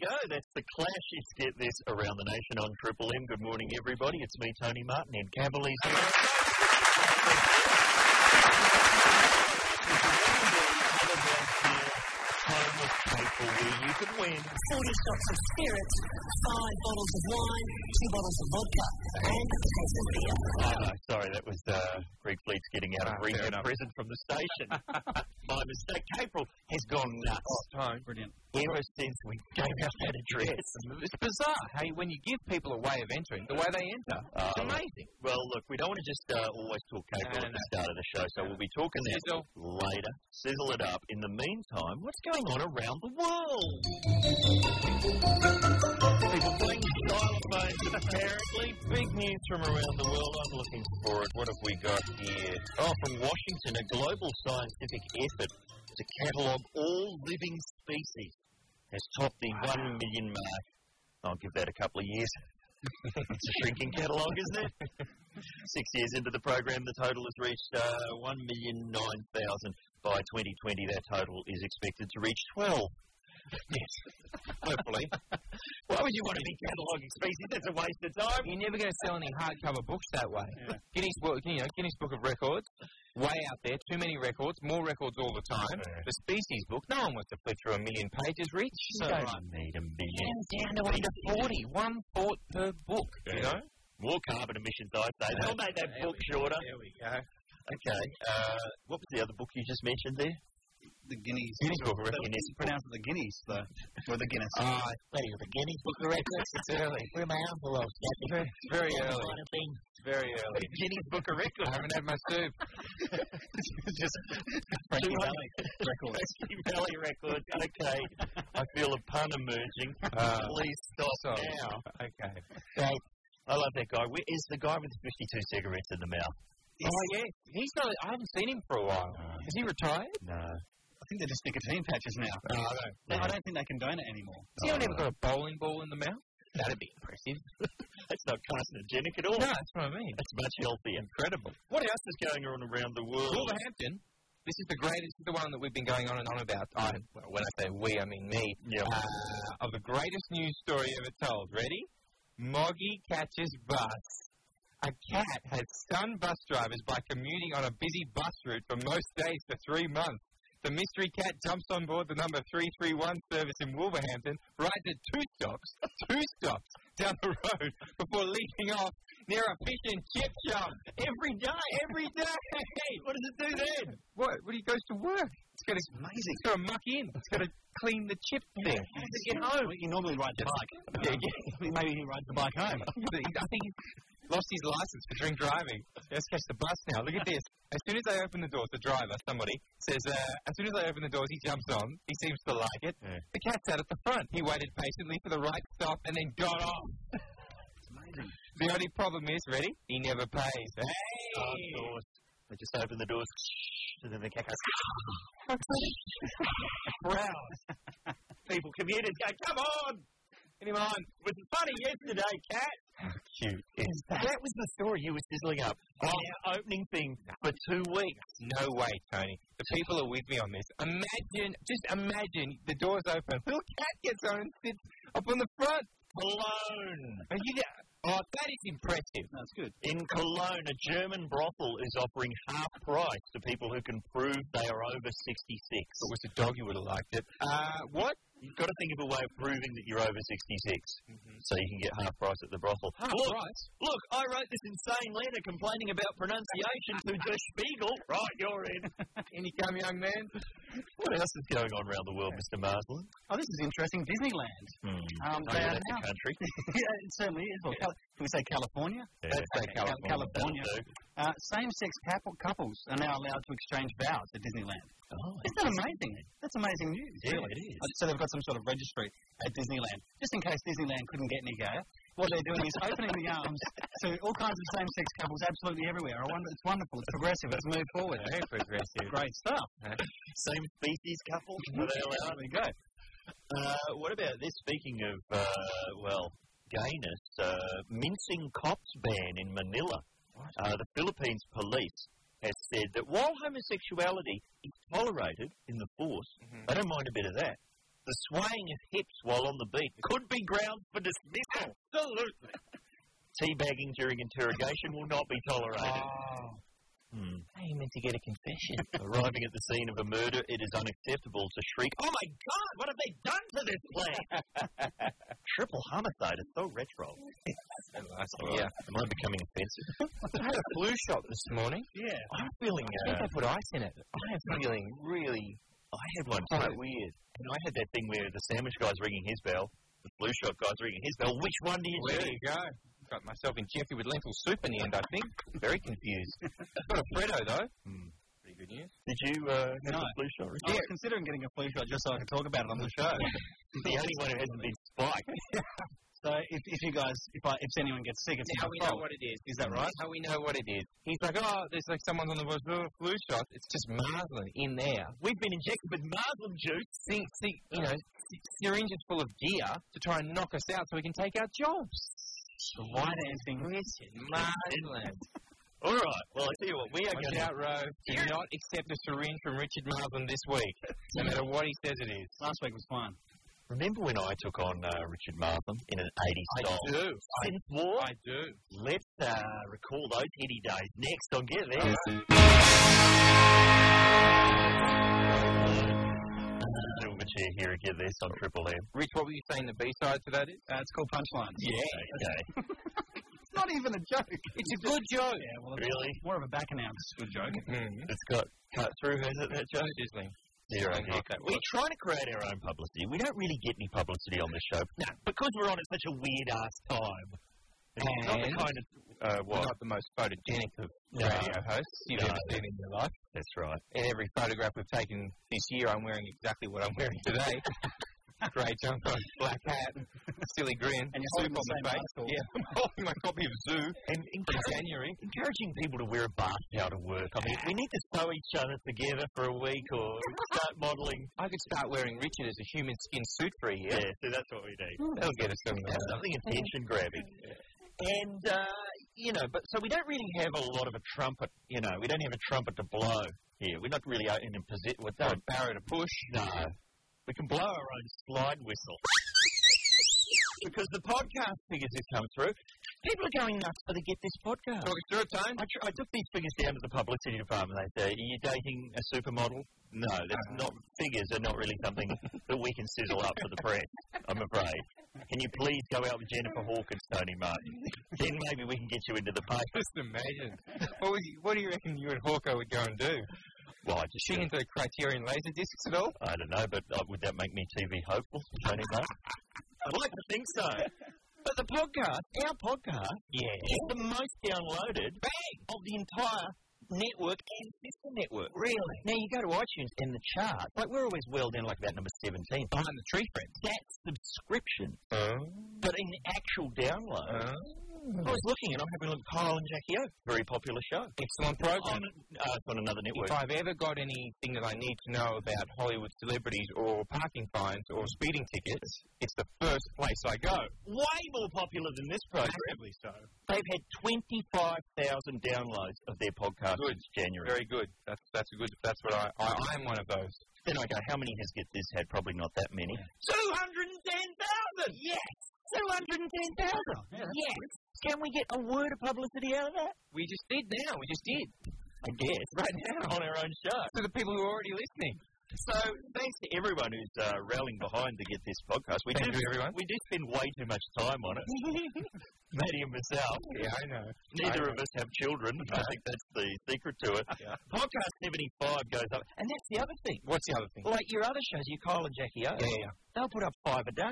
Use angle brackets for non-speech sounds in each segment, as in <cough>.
go. That's the clash. It's Get This Around the Nation on Triple M. Good morning, everybody. It's me, Tony Martin, and Cavalier's here. Home of people where you can win. 40 shots of spirits, 5 bottles of wine, 2 bottles of vodka, and a case of beer. Oh, no, sorry, that was uh, Greg Fleet's getting out Ah, of fair rehab enough. prison from the station. <laughs> My mistake. April has gone nuts. Oh, Brilliant. Ever since we gave out that address. It's bizarre, hey, when you give people a way of entering, the way they enter. It's Um, amazing. Well, look, we don't want to just uh, always talk cable No, no, at the start of the show, so No. we'll be talking that Sizzle. later. Sizzle it up. In the meantime, what's going on around the world? People playing xylophones, apparently. Big news from around the world. I'm looking for it. What have we got here? Oh, from Washington, a global scientific effort to catalogue all living species has topped the 1 million mark. I'll give that a couple of years. it's a shrinking catalogue, isn't it? <laughs> Six years into the program, the total has reached uh, 1,009,000. By 2020, that total is expected to reach 12. <laughs> Yes, hopefully. Why would you want to be cataloguing species? That's a waste of time. You're never going to sell any hardcover books that way. Guinness Book, you know, Guinness Book of Records, way out there. Too many records, more records all the time. Yeah. The species book, no one wants to flip through a million pages, Rich. So Right. I need a million. And down to under 40, one thought per book, you Yeah. know? More carbon emissions, I'd say. They'll make that book shorter. There we go. Okay. Uh, what was the other book you just mentioned there? The Guineas. Guinness Book of Records. It's pronounced the Guineas, though. Or the Guinness. Ah, the Guinness Book of Records. It's early. Where my envelope? It's very early. It's very early. Guinness Book of I Records. haven't had my <laughs> soup. just Frankie Valley records. <laughs> Frankie Valley Records. Okay. I feel a pun <laughs> emerging. Uh, Please stop sorry. now. Okay. I love that guy. Where is the guy with the 52 cigarettes in the mouth? Oh, yeah. He's not, I haven't seen him for a while. Is he retired? Oh, No. I think they're just nicotine patches now. Uh, No, I don't. No, I don't think they condone it anymore. Has anyone ever got a bowling ball in the mouth? That'd be impressive. That's not carcinogenic at all. No, that's what I mean. That's much healthier. Incredible. What else is going on around the world? Wolverhampton. This is the greatest, the one that we've been going on and on about. I, well, when I say we, I mean me. Yeah. Uh, of the greatest news story ever told. Ready? Moggy catches bus. A cat has stunned bus drivers by commuting on a busy bus route for most days for three months. The mystery cat jumps on board the number 331 service in Wolverhampton, rides it two stops, <laughs> two stops down the road before leaping off near a fish and chip shop every day, every day. <laughs> What does it do then? What? What he goes to work? It's got to, Amazing. it's got to muck in. It's got to clean the chip thing. <laughs> How does it get home? Well, he normally rides a bike. Yeah, Maybe he rides the bike home. I think he's lost his license for drink driving. Let's catch the bus now. Look at this. As soon as I open the doors, the driver, somebody, says, uh, as soon as I open the doors, he jumps on. He seems to like it. Yeah. The cat's out at the front. He waited patiently for the right stop and then got off. <laughs> The only problem is, ready? He never pays. Oh, Of Hey! course. They just open the doors, and then the cat goes, <laughs> Browse. people, commuters go, come on! Anyone? was funny yesterday, Cat. How <laughs> cute is that? That was the story you were sizzling up. Oh, our opening thing for two weeks. No way, Tony. The people are with me on this. Imagine, just imagine, the doors open. <laughs> Little cat gets on and sits up on the front. Cologne. And you, oh, that is impressive. That's good. In Cologne, a German brothel is offering half price to people who can prove they are over 66. If it was a dog, you would have liked it. Uh, what? You've got to think of a way of proving that you're over 66 Mm-hmm. so you can get half price at the brothel. look, Price? look, I wrote this insane letter complaining about pronunciation to Der Spiegel. Right, you're in. In you come, young man. What else is going on around the world, Mr. Marsland? Oh, this is interesting. Disneyland. Um, Oh, they yeah, are that's a now- country. <laughs> yeah, it certainly is. Well, Cal- can we say California? Yeah. Let's say Cal- California. That'll do. Uh, same-sex couple, couples are now allowed to exchange vows at Disneyland. Oh, Isn't that amazing? That's amazing news. yeah, really. it is. Uh, So they've got some sort of registry at Disneyland, just in case Disneyland couldn't get any go. What they're doing is opening the <laughs> arms to all kinds of same-sex couples absolutely everywhere. I wonder, it's wonderful. It's progressive. It's moved forward. Very <laughs> progressive. Great stuff. Same species couple. Are they allowed? There we go. Uh, what about this? Speaking of, uh, well, gayness, uh, mincing cops ban in Manila. Uh, the Philippines police has said that while homosexuality is tolerated in the force, Mhm. they don't mind a bit of that. The swaying of hips while on the beat could be grounds for dismissal. Absolutely. Teabagging during interrogation will not be tolerated. Hmm. How are you meant to get a confession? <laughs> Arriving at the scene of a murder, it is unacceptable to shriek, Oh my god, what have they done to this place? <laughs> Triple homicide is so retro. Yeah. Am I becoming offensive? I had a flu shot this morning. Yeah. I'm feeling. I think Uh, I put ice in it. I am feeling really. I had one Oh. quite weird. And I had that thing where the sandwich guy's ringing his bell, the blue shot guy's ringing his bell. Which one do you do? you go? Got myself in Jeffy with lentil soup in the end, I think. Very <laughs> confused. Got a Freddo, though. Hmm. Pretty good news. Did you uh, have No. the blue shot? I was considering getting a flu shot just so I could talk about it on the show. the only one who hasn't been spiked. So if, if you guys, if I, if anyone gets sick, it's That's how my we know fault. what it is. Is that right? That's how we know what it is. He's like, oh, there's like someone's on the flu- flu shot. It's just Marlin in there. We've been injected with Marlin juice. See, see, you know, s- syringes full of gear to try and knock us out so we can take our jobs. Why dancing? Marlin. All right. Well, I tell you what, we are Watch going to. out, Row. Do not accept a syringe from Richard Marlin this week, <laughs> no matter what he says it is. Last week was fine. Remember when I took on uh, Richard Marlin in an 80s style? do. Since war? I do. Let's uh, recall those heady days next on Get There. Silverchair here at Get This on Triple M. Rich, what were you saying the B side to that is? Uh, it's called punchlines. Okay. It's not even a joke. It's a good joke. Yeah, well, it's Really? more of a back announce good joke. Mm. It's got cut through, has it, that joke? Disney. Zero. Something like that. We're trying to create our own publicity. We don't really get any publicity on this show. No, because we're on at such a weird ass time. It's not the And- kind of. Uh, Well, what? not the most photogenic of No. radio hosts you've No. ever seen in your life. That's right. In every photograph we've taken this year, I'm wearing exactly what I'm wearing today. Grey jumper, black hat, silly grin, And you're holding my still the same face. article. Yeah, I'm holding Oh, my copy of Zoo And <laughs> from encourage, January. encouraging people to wear a bath towel to work. I mean, we need to sew each other together for a week or start modelling. I could start wearing Richard as a human skin suit for a year. so that's what we need. <laughs> That'll get us some. Uh, something attention grabbing. And uh, you know, but so we don't really have a lot of a trumpet. You know, we don't have a trumpet to blow here. We're not really out in a position. We're not a barrow to push. No, we can blow our own slide whistle. Because the podcast figures have come through, people are going nuts for the Get This podcast. talk us through it, Tone. I, tr- I took these figures down to the publicity department. They say, "Are you dating a supermodel?" No, that's not. Figures are not really something that we can sizzle up for the press. I'm afraid. Can you please go out with Jennifer Hawkins, Tony Martin? Then maybe we can get you into the paper. Just imagine. What, would you, what do you reckon you and Hawker would go and do? Well, I just She into Criterion laser discs at all? I don't know, but uh, would that make me TV hopeful, Tony Martin? <laughs> I'd like to think so. But the podcast, our podcast, yeah, is the most downloaded of the entire network and sister network. Really? Now you go to iTunes and the chart, like we're always well down like that number seventeen behind the tree friends. That's subscription, but in actual download. I Oh, was looking and I'm having a look at Kyle and Jackie O. Very popular show. Excellent On, program. uh, it's on another network. If I've ever got anything that I need to know about Hollywood celebrities or parking fines or speeding tickets, it's the first place I go. way more popular than this program. so. They've had 25,000 downloads of their podcast Good. since January. Very good. That's that's a good. That's what I I, I am one of those. Then I go, how many has Get This had? Probably not that many. 210,000! Yes! 210,000! yes! Can we get a word of publicity out of that? We just did now. We just did I guess. Right now on our own show. to the people who are already listening. So thanks to everyone who's uh, rallying behind to Get This podcast. We Thank do, you, everyone. we do spend way too much time on <laughs> it. Maddie and myself. Yeah, I know. Neither I- of us have children. I think that's the secret to it. Yeah. Podcast 75 goes up. And that's the other thing. What's the other thing? Like your other shows, your Kyle and Jackie O, Yeah, they'll put up five a day.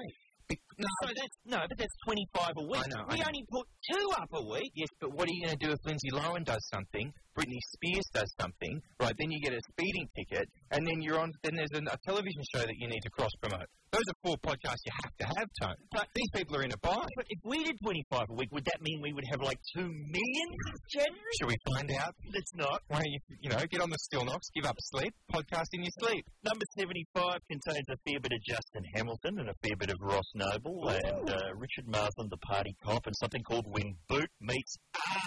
No, that's, no, but that's 25 a week. I know, I we know. only put two up a week. Yes, but what are you going to do if Lindsay Lohan does something, Britney Spears does something, right? Then you get a speeding ticket, and then you're on. Then there's an, a television show that you need to cross promote. Those are four podcasts you have to have, Tone. But these people are in a bind. But if we did 25 a week, would that mean we would have like 2 million January? Should we find out? That's not. Why don't you, you know, get on the still knocks, give up sleep, podcast in your sleep. Number 75 contains a fair bit of Justin Hamilton and a fair bit of Ross Noble. Apple and uh, Richard Marsden, the party cop, and something called When Boot Meets Ass.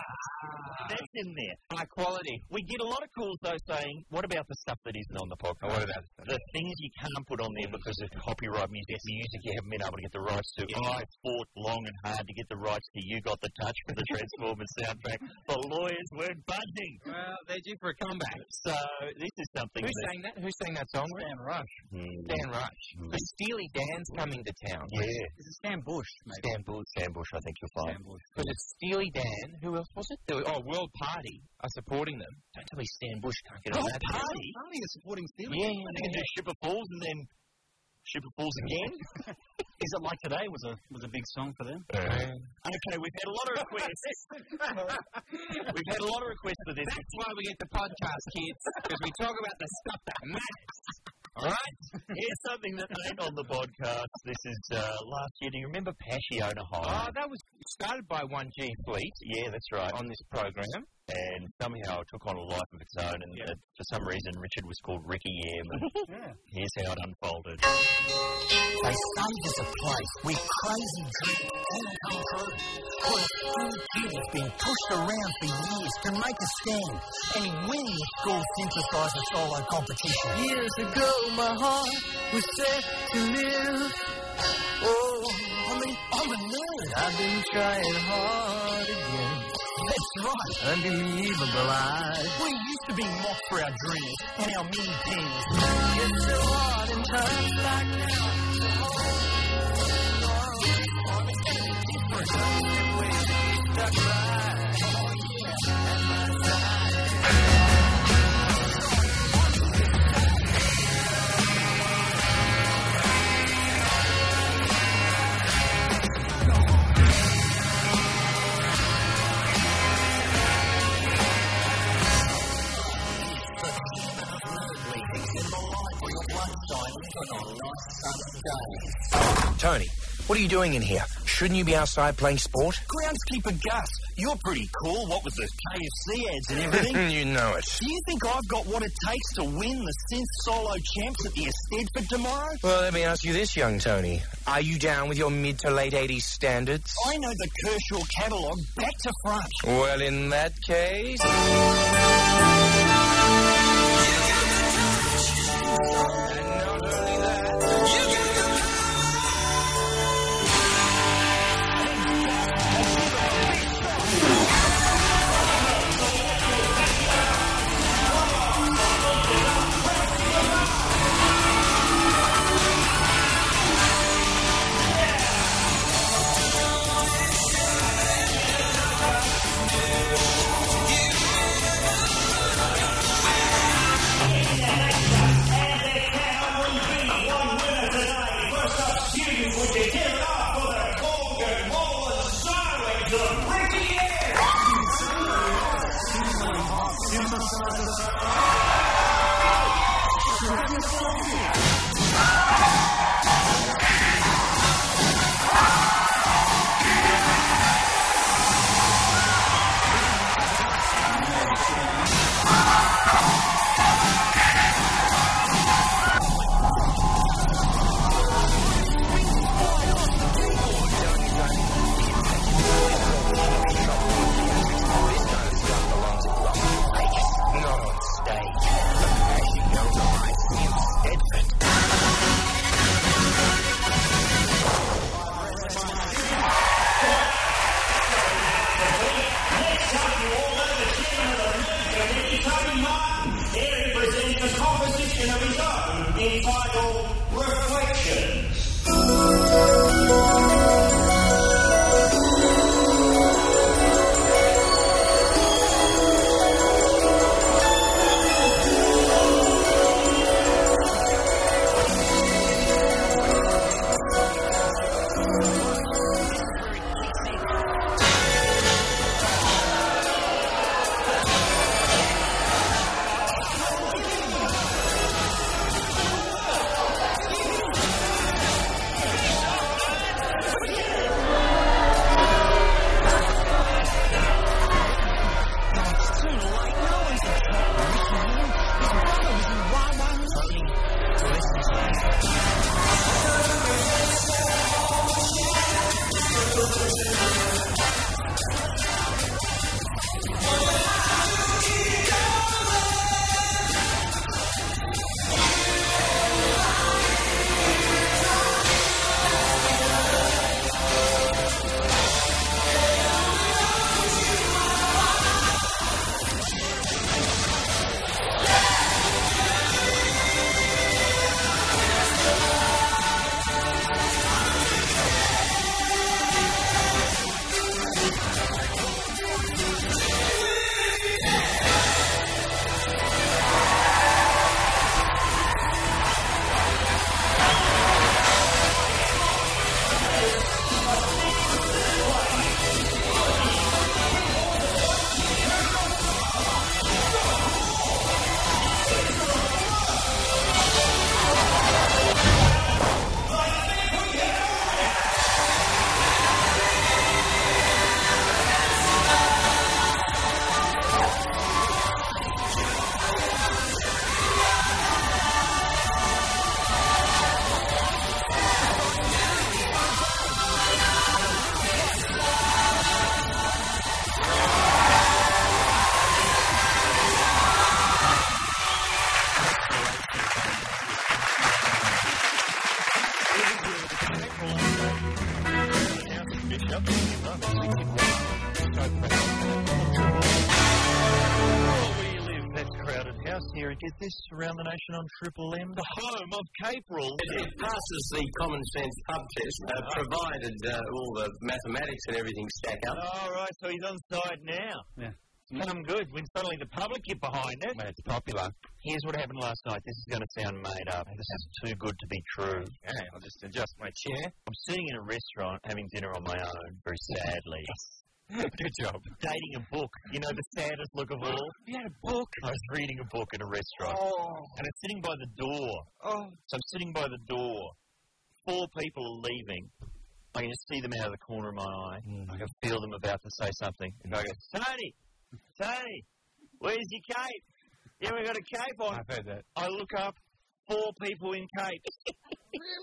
That's in there. High quality. We get a lot of calls though saying, "What about the stuff that isn't on the podcast? what about Mm. the things you can't put on there because of copyright music, music you haven't been able to get the rights to?" I fought long and hard to get the rights to. You got the touch for <laughs> the Transformers soundtrack. The lawyers weren't budging. Well, they're due for a comeback. So this is something Who that sang that? Who sang that song? Dan Rush. Hmm. Dan Rush. Mm. The Steely Dan's coming to town. yeah, Is it Stan Bush, maybe? Sam Bush. Sam Bush, I think you'll find. Stan Bush. Because it's Steely Dan. Who else was it? There were- oh, World Party are supporting them. Don't tell me Stan Bush can't get on World that. Party? Arnie is supporting Steelers. Yeah, yeah, they can do Ship of Fools and then Ship of Fools again. Is it like today was a was a big song for them? Uh, Okay, we've had a lot of requests. <laughs> we've had a lot of requests for this. That's why we get the podcast, kids, because we talk about the stuff that matters. All right? Here's something that ain't on the podcast. This is uh, last year. Do you remember Passiona High? Oh, that was started by 1G Fleet yeah, that's right. on this program. And somehow it took on a life of its own. And uh, for some reason, Richard was called Ricky M. And Yeah. here's how it unfolded. They found us a place where crazy dreams can come true. Where food has been pushed around for years to make a stand. And when the school synthesized a solo competition. Years ago, my heart was set to live. Oh, I mean, I'm a nerd. I've been trying hard again. That's right. Unbelievable, I. We used to be mocked for our dreams and our mini teams. It's so hard in times like now. Tony, what are you doing in here? Shouldn't you be outside playing sport? Groundskeeper Gus, you're pretty cool. What with the KFC ads and everything. Mm, you know it. Do you think I've got what it takes to win the synth solo champs at the Ested for tomorrow? Well, let me ask you this, young Tony. Are you down with your mid to late 80s standards? I know the Kershaw catalogue back to front. Well, in that case. Thank fish up. Well, we live, that's Crowded House here, and get this around the nation on Triple M, the home of Capril. It passes the common sense pub test, uh, Uh-huh. provided uh, all the mathematics and everything stack up. All right, so he's on side now. Yeah. Some good when suddenly the public get behind it. When it's popular. Here's what happened last night. This is going to sound made up. This is too good to be true. Okay, I'll just adjust my chair. I'm sitting in a restaurant having dinner on my own, very sadly. <laughs> Good job. Dating a book. You know, the saddest look of all. You had a book. I was reading a book in a restaurant. And it's sitting by the door. Oh. So I'm sitting by the door. Four people are leaving. I can just see them out of the corner of my eye. I can feel them about to say something. And I go, Tony, Tony, where's your cape? You haven't got a cape on. I've heard that. I look up, four people in capes. <laughs>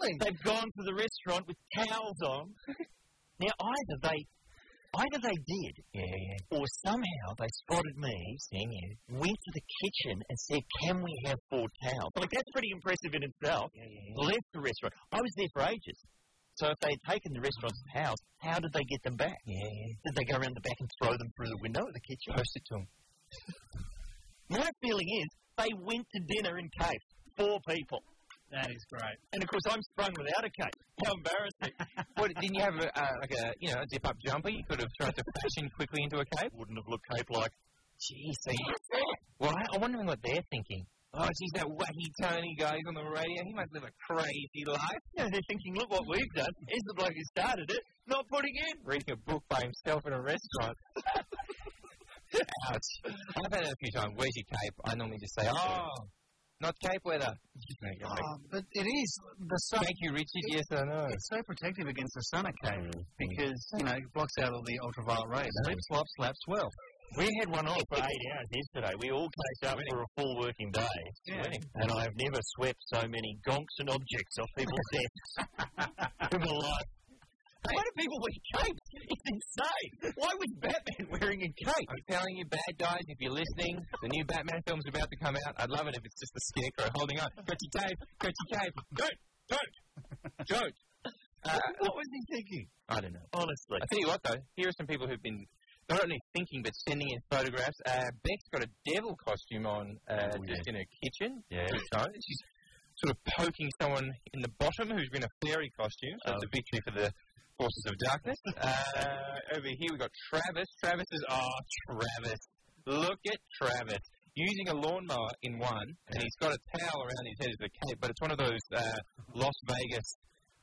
really? They've gone to the restaurant with towels on. <laughs> now either they, either they did, yeah, or somehow they spotted me, seeing you, went to the kitchen and said, "Can we have four towels?" Like that's pretty impressive in itself. Left the restaurant. I was there for ages. So if they had taken the restaurant's towels, how did they get them back? Yeah, Did they go around the back and throw them through the window of the kitchen? Post it to them. My feeling is they went to dinner in cape. Four people. That is great. And of course, I'm sprung without a cape. How <laughs> embarrassing. What, didn't you have a, uh, like a, you know, a zip-up jumper? You could have tried to <laughs> fashion quickly into a cape. Wouldn't have looked cape like. <laughs> Jeez, so you... Well, I- I'm wondering what they're thinking. Oh, geez, that wacky Tony guy's on the radio. He must live a crazy life. You know, <laughs> they're thinking, look what we've done. He's the bloke who started it, not putting in. Reading a book by himself in a <laughs> restaurant. Ouch. I've had it a few times. Where's your cape? I normally just say, oh, not cape <laughs> weather. Oh, but it is the sun. Thank you, Richard. Yes, I know. It's so protective against the sun okay, because you know it blocks out all the ultraviolet rays. Lip slop slaps well. We had one on for eight hours yesterday. We all came up for a full working day. Yeah. And I've never swept so many gonks and objects off <laughs> people's desks in my life. Why do people wear capes? It's insane. Why was Batman wearing a cape? I'm telling you, bad guys, if you're listening, the new Batman film's about to come out. I'd love it if it's just the scarecrow holding on. Got your cape, got your cape. Don't, don't, don't. What was he thinking? I don't know. Honestly. Uh, I tell you what, though, here are some people who've been not only thinking but sending in photographs. Uh, Beck's got a devil costume on uh, Oh, just in her kitchen. <laughs> Yeah. Two times. She's sort of poking someone in the bottom who's in a fairy costume. So it's a victory for the forces of darkness. uh, over here we've got Travis. Travis is, oh, Travis. Look at Travis. Using a lawnmower in one, and he's got a towel around his head as a cape, but it's one of those uh, Las Vegas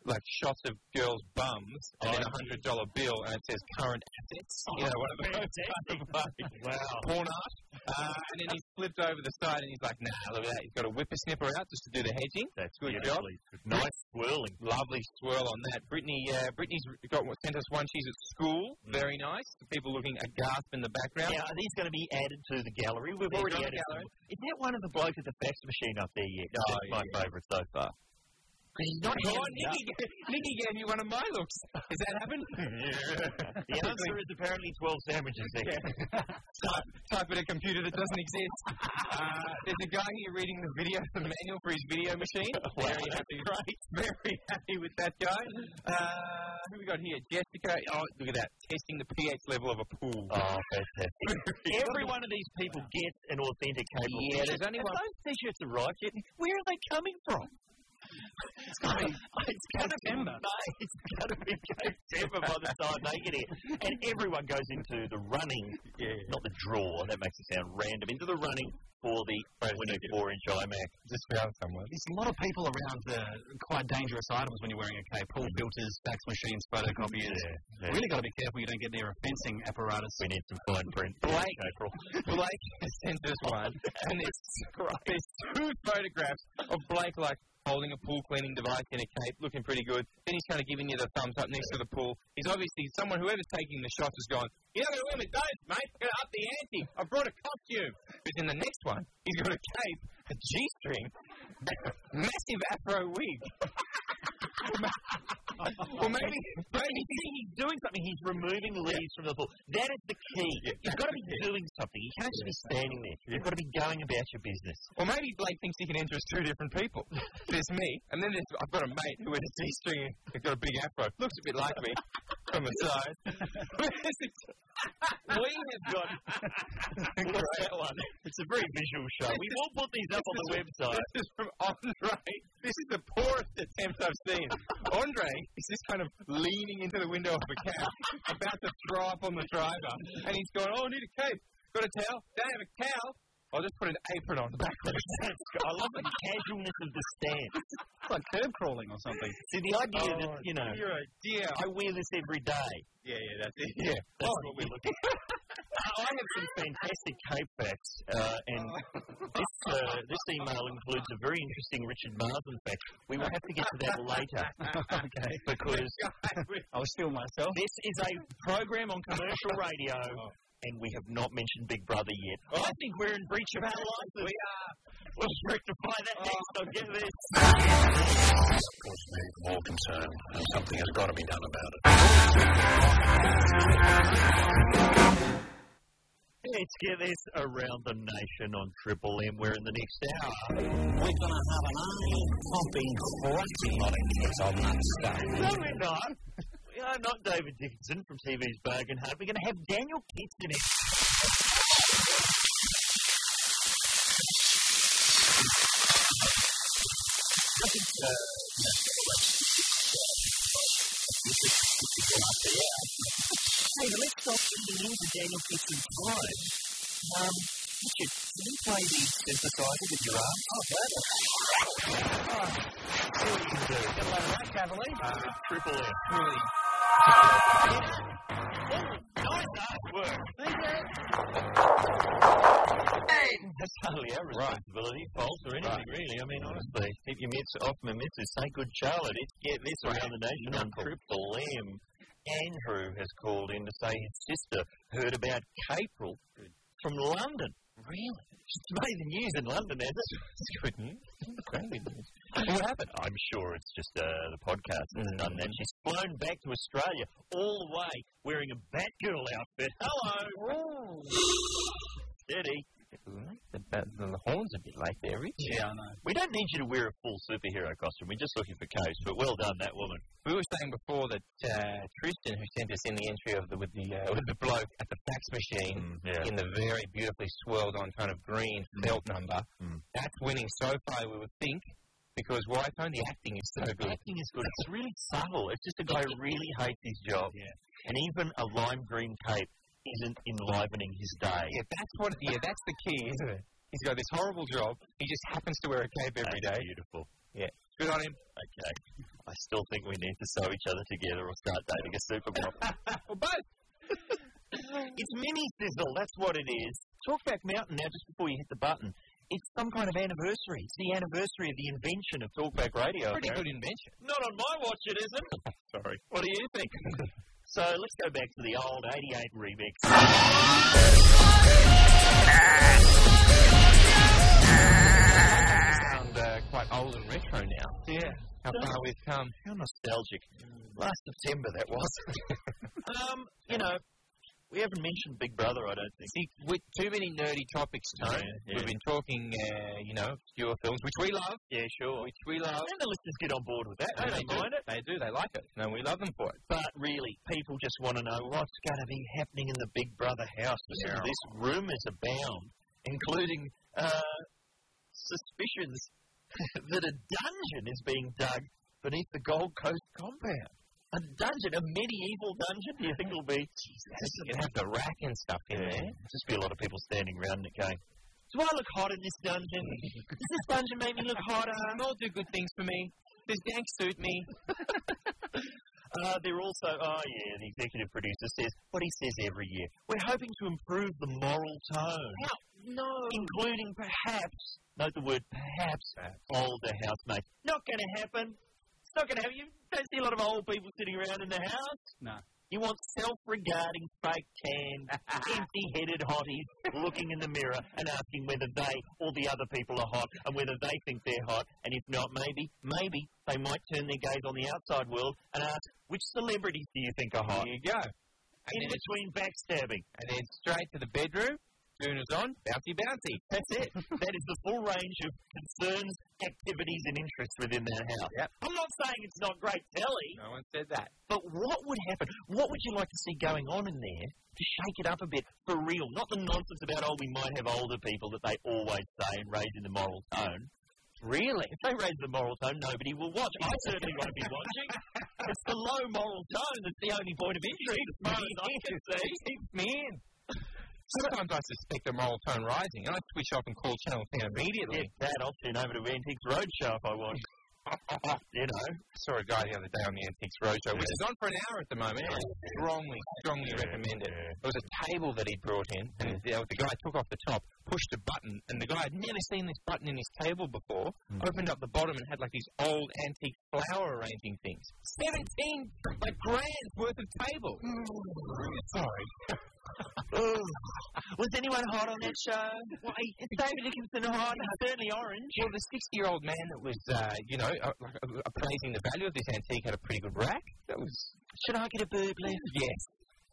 like shots of girls' bums and then a hundred dollar bill and it says current assets. You know, one of those kind of like <laughs> Wow. porn art. Uh, and then he's flipped over the side and he's like, nah, look at that. He's got a whippersnapper out just to do the hedging. That's Good job. beautifully- Nice swirling. Lovely swirl on that. Brittany, uh, Brittany's got sent us one. She's at school. Mm. Very nice. People looking aghast in the background. Now, are these going to be added to the gallery? We've They're already on the added gallery. Them. Is that one of the blokes at the fax machine up there yet? Oh, That's my favourite so far. He's not Oh, Nikki, Nikki gave me one of my looks. Has that <laughs> happened? <laughs> The answer is apparently 12 <laughs> sandwiches. Nick. type, type in a computer that doesn't exist. Uh, there's a guy here reading the video, the manual for his video machine. Very happy, <laughs> right? Very happy with that guy. Uh, who we got here? Jessica. Oh, look at that. Testing the pH level of a pool. <laughs> Oh, fantastic. <laughs> Every one of these people gets an authentic cable. Yeah, there's only one- those t-shirts arrived yet, where are they coming <laughs> from? it's got <laughs> to be May. It's <laughs> got to be Cape Timber by the time they get here. And everyone goes into the running, not the draw, that makes it sound random, into the running for the 24-inch iMac. Just found someone. There's a lot of people around the quite dangerous items when you're wearing a cape. Pool filters, fax machines, photocopiers. yeah. Really got to be careful you don't get near a fencing apparatus. We need some fine print. Blake. April. Blake has sent us one, and there's, there's two photographs of Blake like holding a pool cleaning device in a cape, looking pretty good. Then he's kind of giving you the thumbs up next to the pool. He's obviously someone whoever's taking the shots has gone. You're not going to win with those, mate. You're going to up the ante. I brought a costume. But in the next one, he's got a cape, a g-string, <laughs> and a <laughs> massive afro wig. well, maybe, maybe he's thinking doing something. He's removing leaves from the pool. That is the key. You've got to be doing something. You can't just be standing there. You've got to be going about your <laughs> business. Or maybe Blake thinks he can interest two different <laughs> people. There's me, and then there's, I've got a mate who wears a G-string and got a big afro. Looks a bit like me from <laughs> the side. We have got What's that one. It's a very visual show. We will put these up on the website. this is from Andre. This is the poorest attempt I've seen. Andre is just kind of leaning into the window of a cab, about to throw up on the driver, and he's going, "Oh, I need a cape. Got a towel? Don't have a towel. I'll just put an apron on the back of it." <laughs> I love the casualness of the stand. It's like curb crawling or something. See, the idea that, you know, You're a Oh, dear. I wear this every day. Yeah, yeah, that's it. Yeah, That's what we're looking <laughs> for. Oh, I have some fantastic cape facts, uh, and this, uh, this email includes a very interesting Richard Marsden fact. We will have to get to that later <laughs> okay. because I'll steal myself. this is a program on commercial <laughs> radio, Oh. and we have not mentioned Big Brother yet. I think we're in breach of our license. We <laughs> are. We'll rectify Oh. that next. I'll get this. More concern, and something has got to be done about it. Let's get this around the nation on Triple M. We're in the next hour. We're going to have an army popping cracking lot of kids on that stone. No, we're not. We are not David Dickinson from TV's Bargain Hunt. We're going to have Daniel Kitson in. I think, uh, Hey, but let's stop with the news of Daniel Kitson's time. Um, Richard, can you play the synthesizer with your arm? Oh, that. Oh, see what you can do. Got a lot of that, can't believe. Uh, triple M. Really. Nice artwork. <laughs> That's hardly our responsibility, fault or anything, really. I mean, honestly, keep your mitts off my mitts. Say good Charlotte. It's get this around the nation on Triple M. Andrew has called in to say his sister heard about Capril from London. Really? It's made the news in London, has it? <laughs> It's good news. Great news. What happened? I'm sure it's just uh, the podcast that's done that. She's flown back to Australia all the way wearing a Batgirl outfit. Hello! Steady. The, the horns a bit like they're rich. Yeah, I know. We don't need you to wear a full superhero costume. We're just looking for coats, but well done, that woman. We were saying before that uh, Tristan, who sent us in the entry of the with the uh, with the bloke at the fax machine yeah. in the very beautifully swirled on kind of green felt number, Mm. that's winning so far. We would think because why Tony? The acting is <laughs> so The good. acting is good. It's really subtle. It's just a guy who really hates his job. And even a lime green cape isn't enlivening his day. Yeah, that's what. Yeah, that's the key, isn't it? He's got this horrible job. He just happens to wear a cape every That's day. beautiful. Good on him. Okay. I still think we need to sew each other together or start dating a supermodel. <laughs> Well, both. it's mini sizzle. That's what it is. Talkback Mountain now, just before you hit the button. It's some kind of anniversary. It's the anniversary of the invention of Talkback Radio. Pretty apparently. good invention. Not on my watch, it isn't. <laughs> Sorry. What do you think? <laughs> so let's go back to the old 88 remix. Sound uh, quite old and retro now. Yeah. How far we've come. How nostalgic. Last September, that <laughs> was. um, you know, we haven't mentioned Big Brother, I don't think. Oh, See, with too many nerdy topics, Tony. Yeah, yeah. We've been talking, uh, you know, obscure films, which we love. Yeah, sure. Which we love. And the listeners get on board with that. They don't do. mind it. They do. They like it. No, we love them for it. But really, people just want to know what's going to be happening in the Big Brother house. Listen to this rumours abound, including uh, suspicions <laughs> that a dungeon is being dug beneath the Gold Coast compound. A dungeon, a medieval dungeon. Do you think it'll <laughs> be? You can have the rack and stuff in there. Just be a lot of people standing around it going, "Do I look hot in this dungeon? Does this dungeon make me look hotter?" They all do good things for me. This dank suit me. Uh, they're also, oh yeah, the executive producer says what he says every year. We're hoping to improve the moral tone. No. Including perhaps, note the word perhaps, older housemates. Not going to happen. It's not going to happen. You don't see a lot of old people sitting around in the house. No. You want self-regarding, fake tan, <laughs> empty-headed hotties looking in the mirror and asking whether they or the other people are hot and whether they think they're hot. And if not, maybe, maybe they might turn their gaze on the outside world and ask, which celebrities do you think are hot? There you go. And In then, between backstabbing. and then straight to the bedroom. Soon on, bouncy, bouncy. That's it. that is the full range of concerns, activities, and interests within that house. Yep. I'm not saying it's not great telly, No one said <laughs> that. but what would happen? What would you like to see going on in there to shake it up a bit for real? Not the nonsense about, oh, we might have older people that they always say and raise in the moral tone. Really? If they raise the moral tone, nobody will watch. I certainly won't be watching. It's the low moral tone that's the only point of injury, as far as I can see. Man, Sometimes I suspect the moral tone rising, and I switch off and call Channel 10 immediately. Get that option over to Antiques Roadshow if I want. you know. I saw a guy the other day on the Antiques Roadshow, which is on for an hour at the moment. and I strongly, strongly recommend it. There was a table that he brought in, and the, the guy took off the top, pushed a button, and the guy had never seen this button in his table before. Opened up the bottom and had like these old antique flower arranging things. Seventeen like grand worth of table. Sorry. Ooh. Was anyone hot on that show? Well, is David Dickinson hot? He's certainly orange. Well, the sixty-year-old man that was, uh, you know, uh, like, uh, appraising the value of this antique had a pretty good rack. That was. Should I get a bird, please? Yes.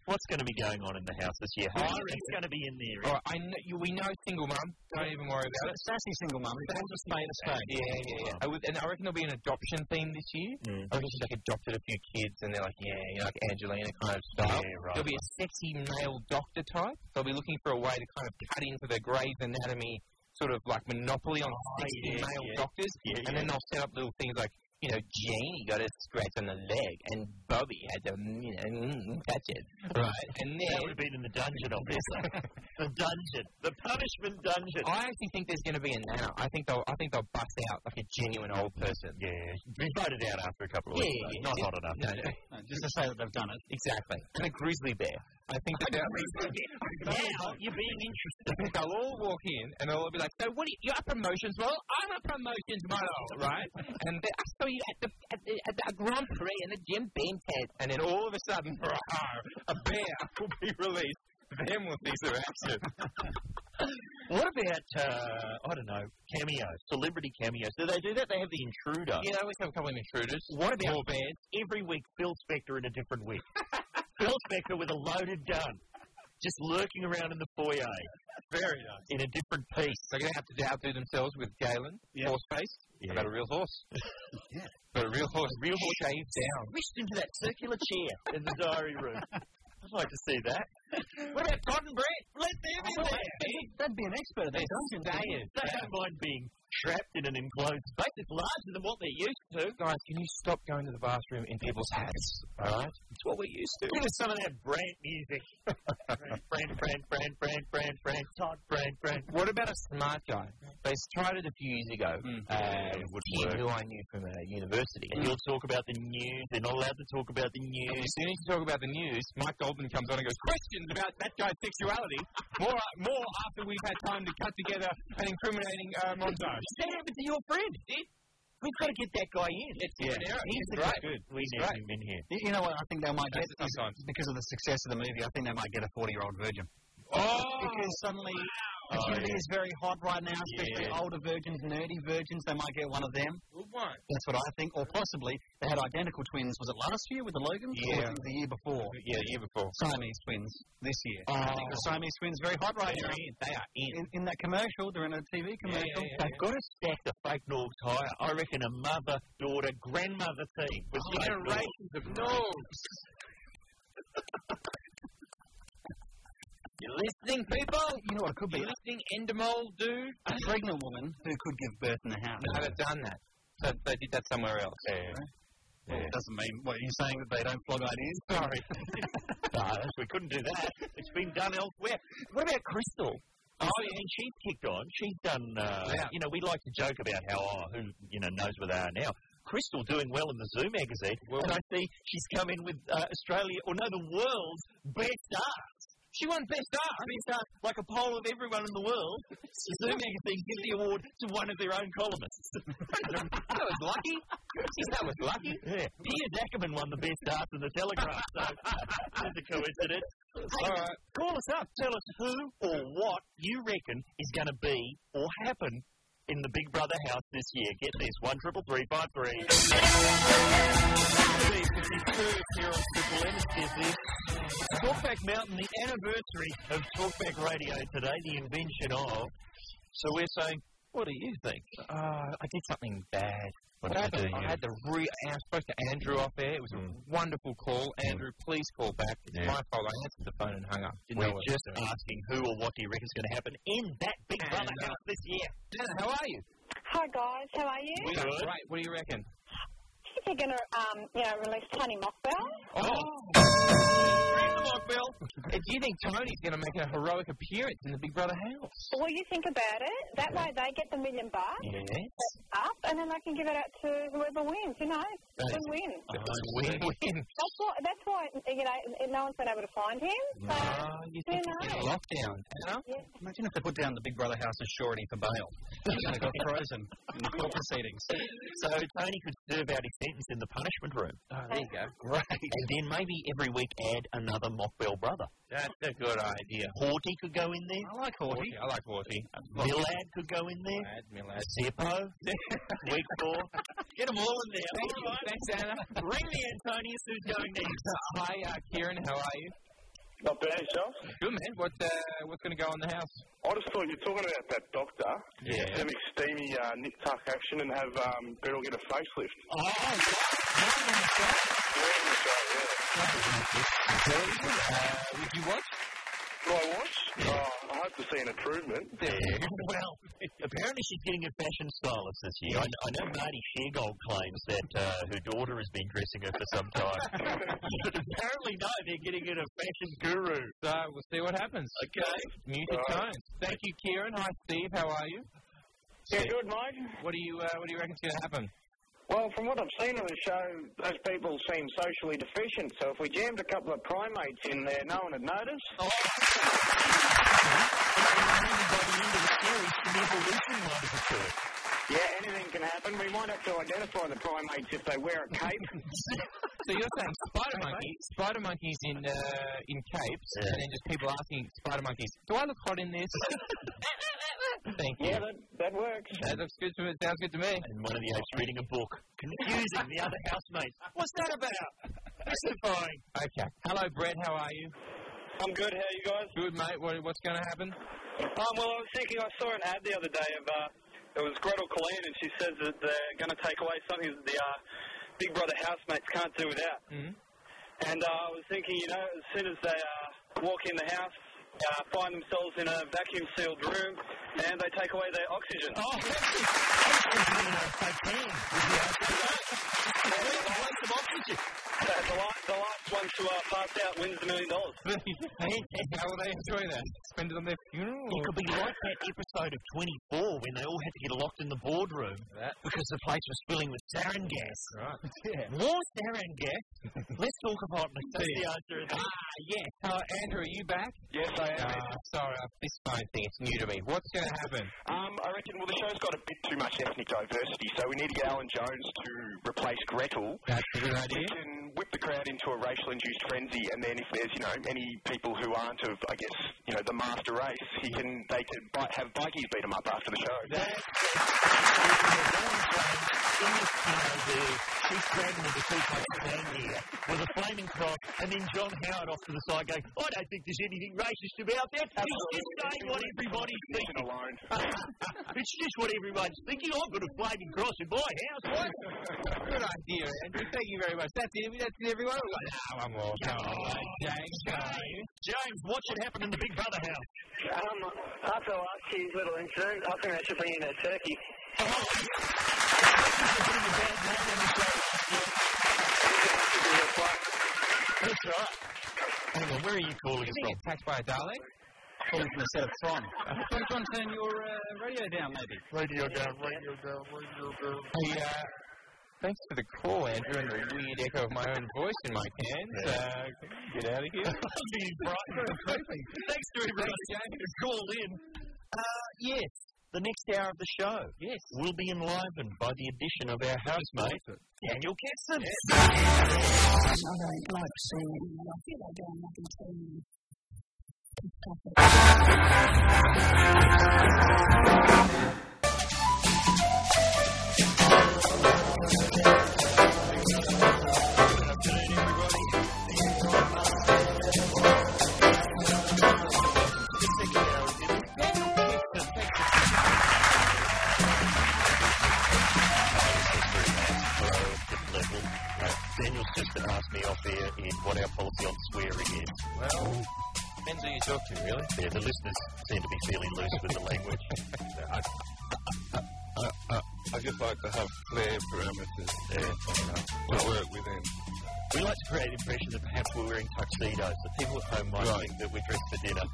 What's going to be going on in the house this year? Oh, Oh, I It's going to be in there. All right, I know, you, we know single mum. Don't even worry about it. Sassy single mum. It's all just made a spade. Yeah, yeah, yeah. I would, and I reckon there'll be an adoption theme this year. Mm. I reckon she's like adopted a few kids, and they're like, yeah, you know, like Angelina kind of style. right. There'll be a sexy male doctor type. They'll be looking for a way to kind of cut into the Grey's Anatomy sort of like monopoly on sexy yeah, male yeah. doctors, Oh, Yeah, and then they'll set up little things like. You know, Janie got a scratch on the leg, and Bobby had to, you know, mm, touch it, right? And That then would have been in the dungeon, <laughs> obviously. the dungeon. The punishment dungeon. I actually think there's going to be a nana. I think they'll I think they'll bust out like a genuine old person. Yeah. We voted out after a couple of Yeah, weeks. yeah, though. Not yeah. hot enough. No, no, No, just to say that they've done it. <laughs> exactly. And a grizzly bear. I think that they'll, <laughs> Now, you're being I think they'll all walk in and they'll all be like, "So what? Are you, you're a promotions model? I'm a promotions model, right?" and they, I saw you at the at the, at the Grand Prix and the Jim Beam test. And then all of a sudden, <laughs> a bear will be released. Them will see <laughs> their action. What about, uh, I don't know, cameos, celebrity cameos? Do they do that? They have the intruder. Yeah, I always have a couple of intruders. What about More bears. every week Phil Spector in a different wig. <laughs> Phil Spector with a loaded gun, just lurking around in the foyer. Very nice. In a different piece. They're going to have to outdo themselves with Galen, Yeah. horse face. Yeah. About a real <laughs> horse. But a real horse, real horse shaved down. Squished into that circular chair in the diary room. I'd like to see that. What about cotton bread? Let them in there. That'd be an expert at that, dungeon. They <laughs> don't mind being trapped in an enclosed space. It's larger than what they're used to. Guys, can you stop going to the bathroom in people's hats? All right, it's what we're used to. Give us some of that brand <laughs> music. brand, brand, brand, brand, brand, brand, Todd, brand, brand. What about a smart guy? They s- tried it a few years ago. Uh, Mm. it wouldn't kid work. who I knew from uh, university. And you'll talk about the news. They're not allowed to talk about the And news. as soon as you talk about the news, Mike Goldman comes on and goes, "Questions about that guy's sexuality." more, more after we've had time to cut together an incriminating uh, montage. That happened to your friend, dude. We've got to get that guy in. Yeah, He's the right. Good. We need right. him in here. You you know what? I think they might get That's it sometimes. because of the success of the movie. I think they might get a forty-year-old virgin Oh, because suddenly virginity is very hot right now, especially Yeah. older virgins, nerdy virgins. They might get one of them. good one. That's what I think. Or possibly they had identical twins. Was it last year with the Logans? Or Yeah. was it the year before. Yeah, the year before. Siamese twins this year. I think the Siamese twins are very hot right now. They are in. In, in that commercial, they're in a TV commercial. They've got to stack the fake Norgs higher. I reckon a mother, daughter, grandmother team. With Oh, fake Generations of no. <laughs> you listening, people? You know what it could be? You listening, Endemol dude? A pregnant woman who could give birth in the house. No, they've done that. So they did that somewhere else. Well, it doesn't mean what you're saying that they don't flog ideas. Sorry. Norgs. No, we couldn't do that. It's been done elsewhere. What about Crystal? Oh, yeah, and she's kicked on. She's done. Uh, Yeah. You know, we like to joke about how oh, who you know knows where they are now. Crystal doing well in the Zoo magazine, Well- and I see she's come in with uh, Australia or no, the world's best arts. She won Best Art. <laughs> Best Art, like a poll of everyone in the world. Zoo magazine gives the award to one of their own columnists. that was <laughs> lucky. That was lucky. Yeah. Piers Ackerman won the Best Art in the Telegraph, so that's a coincidence. All right. Call us up. Tell us who or what you reckon is going to be or happen in the Big Brother house this year. Get this, one triple three five three. here on Triple M. Get this. Talkback Mountain, the anniversary of Talkback Radio today, the invention of. So we're saying, what do you think? Uh, I did something bad. What I, had did you the, do, I yeah? had the re- I spoke to Andrew off air. It was a wonderful call. Andrew, please call back. It's Yeah. my fault. I answered the phone and hung up. Didn't know We're what I was just doing. asking who or what do you reckon is going to happen in that Big And, Brother uh, house this year? Dana, how are you? Hi guys, how are you? We are great. What do you reckon? Do you think they're gonna, um, you know, release Tony Mockbell? Oh! Bill. Do you think Tony's going to make a heroic appearance in the Big Brother house? Well, you think about it. That way, they get the million bucks <laughs> Yes. up, and then they can give it out to whoever wins. You know, who wins. win win. That's why. That's why. You know, no one's been able to find him. So, you who in knows? lockdown. Anna? Imagine if they put down the Big Brother house as surety for bail. they got frozen in the court proceedings. So Tony could serve out his sentence in the punishment room. Oh, there you go. Great. And then maybe every week add another Mockbell brother. That's a good idea. Horty could go in there. I like Horty. I like Horty. Millad could go in there. Millad, Millad. <laughs> Zippo. week four. Get them all in there. Thank you. Thanks, Anna. Ring the Antonius who's going next. Hi, uh, Kieran. How are you? Not bad yourself. Good, man. What, uh, what's going to go on the house? I just thought you're talking about that doctor. Yeah. Have a steamy uh, nip tuck action and have um, Beryl get a facelift. Oh, Yeah, so, yeah. Uh, would you watch? Well, I watch. Oh, I hope to see an improvement. <laughs> there. Well, apparently she's getting a fashion stylist this year. I, I know Marty Sheargold claims that uh, her daughter has been dressing her for some time. <laughs> but apparently, no, they're getting her a fashion guru. So we'll see what happens. Okay. Muted All right. tones. Thank you, Kieran. Hi, Steve. How are you? Yeah, good, mate. What do you uh, What do you reckon's going to happen? Well, from what I've seen of the show, those people seem socially deficient, so if we jammed a couple of primates in there, no one would notice. By the end of the series, the evolution might have occurred. Yeah, anything can happen. We might have to identify the primates if they wear a cape. So you're saying spider monkey, spider monkeys in uh, in capes, and then just people asking spider monkeys, "Do I look hot in this?" Thank you. yeah, that, that works. That looks good to me. Sounds good to me. And one of the apes reading a book, confusing the other housemates. What's that about? Mystifying. Okay. Hello, Brett. How are you? I'm good. How are you guys? Good, mate. What, what's going to <laughs> happen? Um, well, I was thinking, I saw an ad the other day of uh, it was Gretel Colleen, and she says that they're going to take away something that the uh, Big Brother housemates can't do without. Mhm. And uh, I was thinking, you know, as soon as they uh, walk in the house, uh, find themselves in a vacuum sealed room, and they take away their oxygen. Oh, that's it. Uh, the, last, the last one to uh, pass out wins the million dollars. How will they enjoy that? Spend it on their funeral? It could be like that episode of 24 when they all had to get locked in the boardroom That. because the place was spilling with sarin gas. Right. <laughs> More sarin gas? Let's talk about it. That's the answer. Ah, yes. Hello, Andrew. Are you back? Yes, I Ah, sorry. uh, This phone thing. It's new to me. What's going to happen? Um, I reckon, well, the show's got a bit too much ethnic diversity, so we need to get Alan Jones to replace Gretel. That's a good idea. We can whip the crowd into a racial induced frenzy, and then if there's you know any people who aren't of I guess you know the master race, he can they could bi- have bikies beat them up after the show. In the car there, she's dragging with the two-point stand here with a flaming cross, and then John Howard off to the side going, I don't think there's anything racist about that. It's just saying what everybody's thinking. alone. It's just what everyone's thinking. I've got a flaming cross in my house. What? <laughs> Good idea, Andrew. Thank you very much. That's it. That's it, everyone. We've got now one more. Oh, <laughs> James, how are you? James, what should happen in the Big Brother house? Um, after last year's little incident, I think they should bring in a turkey. That's right. Hang on, where are you calling us Being from? attacked by a Dalek? Probably from the set of Tron. Try try and turn your uh, radio down, maybe. Radio down, radio down, radio down. Hey, uh, Thanks for the call, Andrew, and the weird echo of my own voice in my cans. Uh, get out of <laughs> here. Thanks to everybody who called in. Uh, yes, the next hour of the show yes. will be enlivened by the addition of our housemate, Daniel Kitson. I don't like seeing you. I feel I don't like seeing you. level. Uh, Daniel's just been asked me off air in what our policy on swearing is. Well, depends who you talk to, really. Yeah, the listeners seem to be fairly loose with the <laughs> language. I just like to have clear parameters. Yeah. To work within. We like to create the impression that perhaps we're wearing tuxedos, that people at home might think that we're dressed for dinner.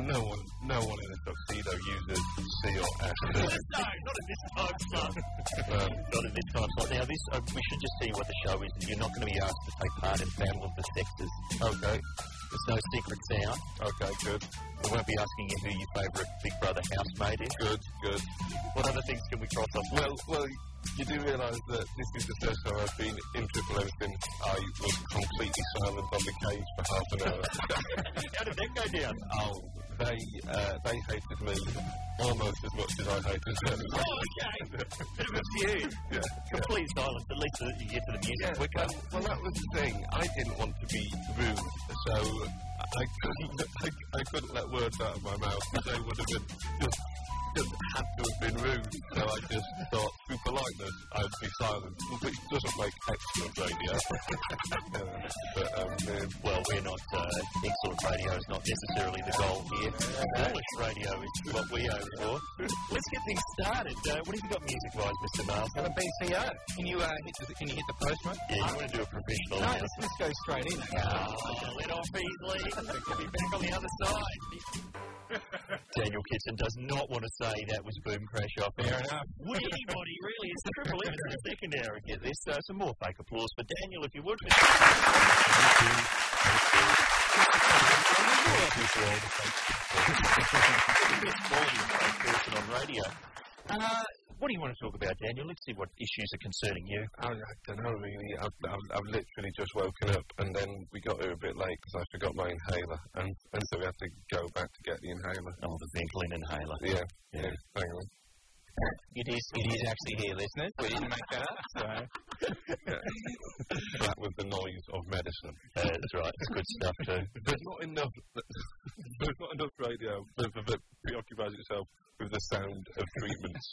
No one, no one in a tuxedo uses C or S. <laughs> Um, No, not at this time, <laughs> son. not at this time, son. Now, this, uh, we should just see what the show is. You're not going to be asked to take part in Battle of the Sexes. Okay. There's no secret sound. Okay, good. We won't be asking you who your favourite Big Brother housemate is. Good, good. What other things can we cross off? Well, well, you do realise that this is the first time I've been in Triple M since I was completely silent on the cage for half an <laughs> hour. How did that go down? oh, they uh, they hated me almost as much as I hated them. Oh, okay. Bit of a feud. Yeah, Complete silence. At least uh, you get to the music Yeah, quicker. well, well, that was the thing. I didn't want to be rude, so I couldn't, I, I couldn't let words out of my mouth because they would have been just, just had to have been rude. So I just thought, through politeness, I'd be silent, which doesn't make excellent radio. <laughs> Yeah, but um, yeah, Well, we're not, uh, excellent radio is not necessarily the goal here. English radio is what we aim for. Let's get things started. Uh, what have you got music-wise, Mr. Miles? Got a BCO. Can you, uh, hit the, can you hit the post, mate? Yeah, you want to do a professional No, now. let's just go straight in. Oh, let off easily. We'll be back on the other side. Daniel Kitson does not want to say that was boom crash off air. enough. Would anybody really? It's the triple M in the second hour and get this. Uh, some more fake applause for Daniel, if you would. Best volume for a person on radio. Uh, what do you want to talk about, Daniel? Let's see what issues are concerning you. I, I don't know really. I've, I've, I've literally just woken up, and then we got here a bit late because I forgot my inhaler, and, and so we had to go back to get the inhaler. Oh, the Ventolin inhaler. Yeah, yeah, hang on. <laughs> It is, it is actually here, listeners. We didn't make that up, so. <laughs> that was the noise of medicine. Uh, that's right. It's good stuff too. There's not enough. <laughs> There's not enough radio that, that, that preoccupies itself with the sound of treatments.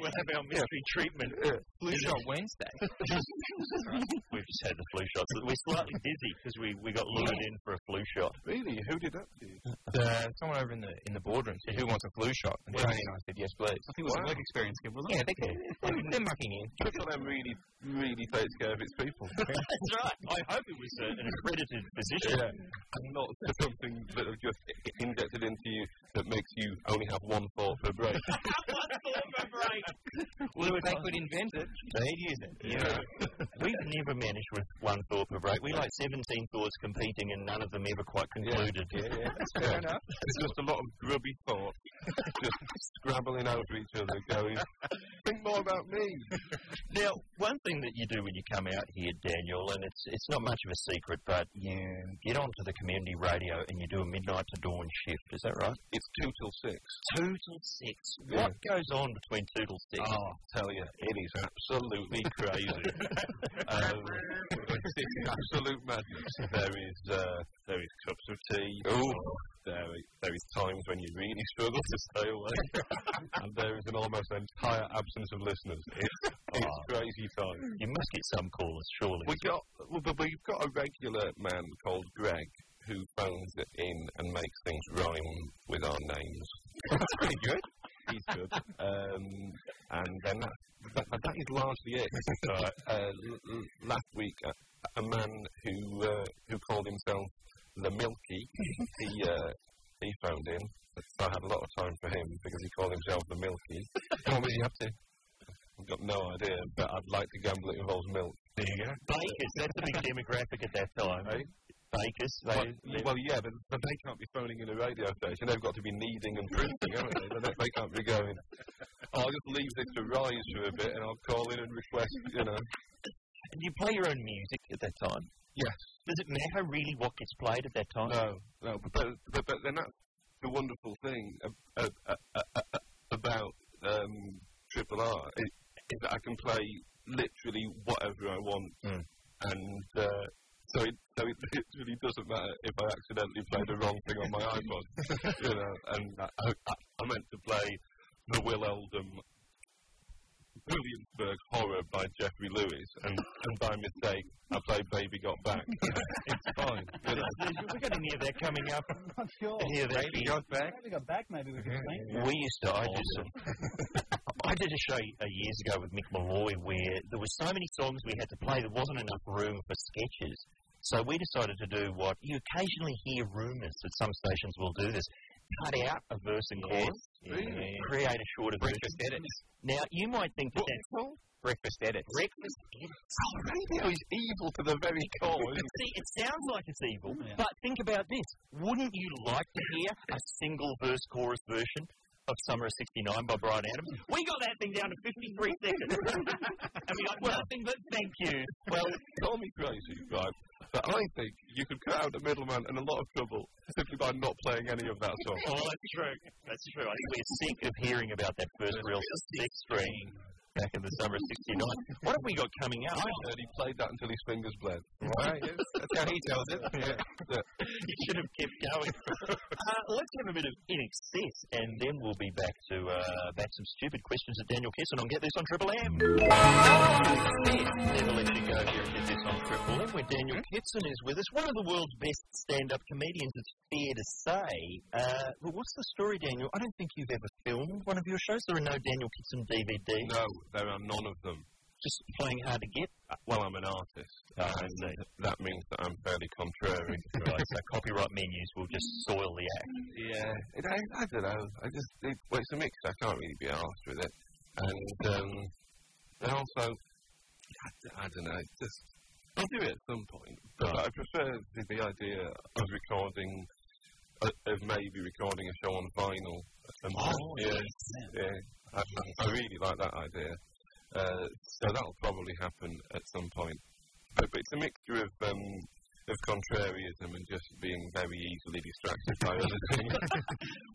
we'll have our mystery treatment. Blue Shot <laughs> Wednesday. We've just had the flu shots. We're slightly dizzy because we, we got lured in for a flu shot. really, who did that to you? The, someone uh, over in the in the boardroom said, "Who wants a flu shot?" And Tony and I said, "Yes, please." I think it was a work experience, Skip, wasn't Yeah, it? they, they, <laughs> they're mucking in. Triple M really, really takes care of its people. That's right. I hope it was uh, an accredited physician. yeah, and not <laughs> something that have just i- injected into you that makes you only have one thought per break. Well, if they could invent <laughs> it, they'd use it. Yeah. <laughs> We've never managed with one thought per break. We like 17 thoughts competing and none of them ever quite concluded. <laughs> Fair enough. It's just a lot of grubby thought, <laughs> just scrabbling over each other, going, "Think more about me." <laughs> Now, one thing that you do when you come out here, Daniel, and it's it's not much of a secret, but you get onto the community radio and you do a midnight to dawn shift. Is that right? It's two till six. Two till six. What goes on between two till six? Oh, I tell you, it is absolutely crazy. um, it's absolute madness. There is uh, there is cups of tea. There, i- there is times when you really struggle to stay awake, and there is an almost entire absence of listeners. It's, it's Oh. crazy time. You must get some callers, surely. We got well, but we've got a regular man called Greg who phones it in and makes things rhyme with our names. <laughs> That's pretty good. He's good. Um, and then that, that, but that is largely it. uh, l- l- last week, a, a man who uh, who called himself the Milky, <laughs> he uh, he phoned <laughs> in. So I had a lot of time for him because he called himself the Milky. Do you want me to have to? I've got no idea, but I'd like to gamble it involves milk. There you go. Bakers. That's the big demographic at that time. Eh? Bakers. They, But- well, yeah, but, but they can't be phoning in a radio station. They've got to be kneading and drinking, haven't they? they? don't- They can't be going, "Oh, I'll just leave this to rise for a bit and I'll call in and request, you know. and you play your own music at that time. Yes. Does it matter really what gets played at that time? No, no, but, but, but, but then that's the wonderful thing ab- ab- a- a- a- about um, Triple R is, is that I can play literally whatever I want, Mm. and uh, so it, so it <laughs> literally doesn't matter if I accidentally play the wrong thing on my iPod, you know. And I, I, I- I meant to play the Will Eldon Williamsburg Horror by Jeffrey Lewis, and, and by mistake I played Baby Got Back. it's <laughs> fine, you know. We're going to hear that coming up. I'm <laughs> not sure. Hear that being- Maybe got back, maybe we could think. We used to. I did. some- <laughs> I did a show uh, years ago with Mick Malloy where there were so many songs we had to play, there wasn't enough room for sketches. So we decided to do what you occasionally hear rumours that some stations will do this: cut out a verse and chorus, really? create a shorter version. Now you might think that that's Breakfast edits. breakfast. edits. <laughs> Oh, Radio is evil to the very Oh, core. isn't <laughs> See, it sounds like it's evil, Yeah. but think about this: wouldn't you like to hear a single verse chorus version of Summer of '69 by Brian Adams? We got that thing down to 53 seconds. and we got nothing but thank you. it? Well, call me crazy, right? But I think you could cut out the middleman and a lot of trouble simply by not playing any of that <laughs> song. Oh, that's true. That's true. I think we're sick of hearing about that first real sex string back in the summer of '69. What have we got coming out? I heard he played that until his fingers bled. Right. That's how he tells <laughs> it. you should have kept going. <laughs> uh, let's have a bit of in excess, and then we'll be back to uh, back some stupid questions at Daniel Kesson on Get This on Triple M. Never let you go here at Get This on Triple M, where Daniel Kitson is with us, one of the world's best stand-up comedians. It's fair to say. Uh, but what's the story, Daniel? I don't think you've ever filmed one of your shows. There are no Daniel Kitson DVDs. No, there are none of them. Just playing hard to get. Well, I'm an artist, and that means that I'm fairly contrary. Right, so copyright menus will just soil the act. yeah, it, I, I don't know. I just it, well, it's a mix. I can't really be arsed with it, and um, and also I, d- I don't know. It's just I'll do it at some point, but I prefer the, the idea of recording, uh, of maybe recording a show on vinyl. At some point. yeah, yeah. I, I- I really like that idea. Uh, so that'll probably happen at some point. But, but it's a mixture of um, of contrarianism and just being very easily distracted by other <laughs> things.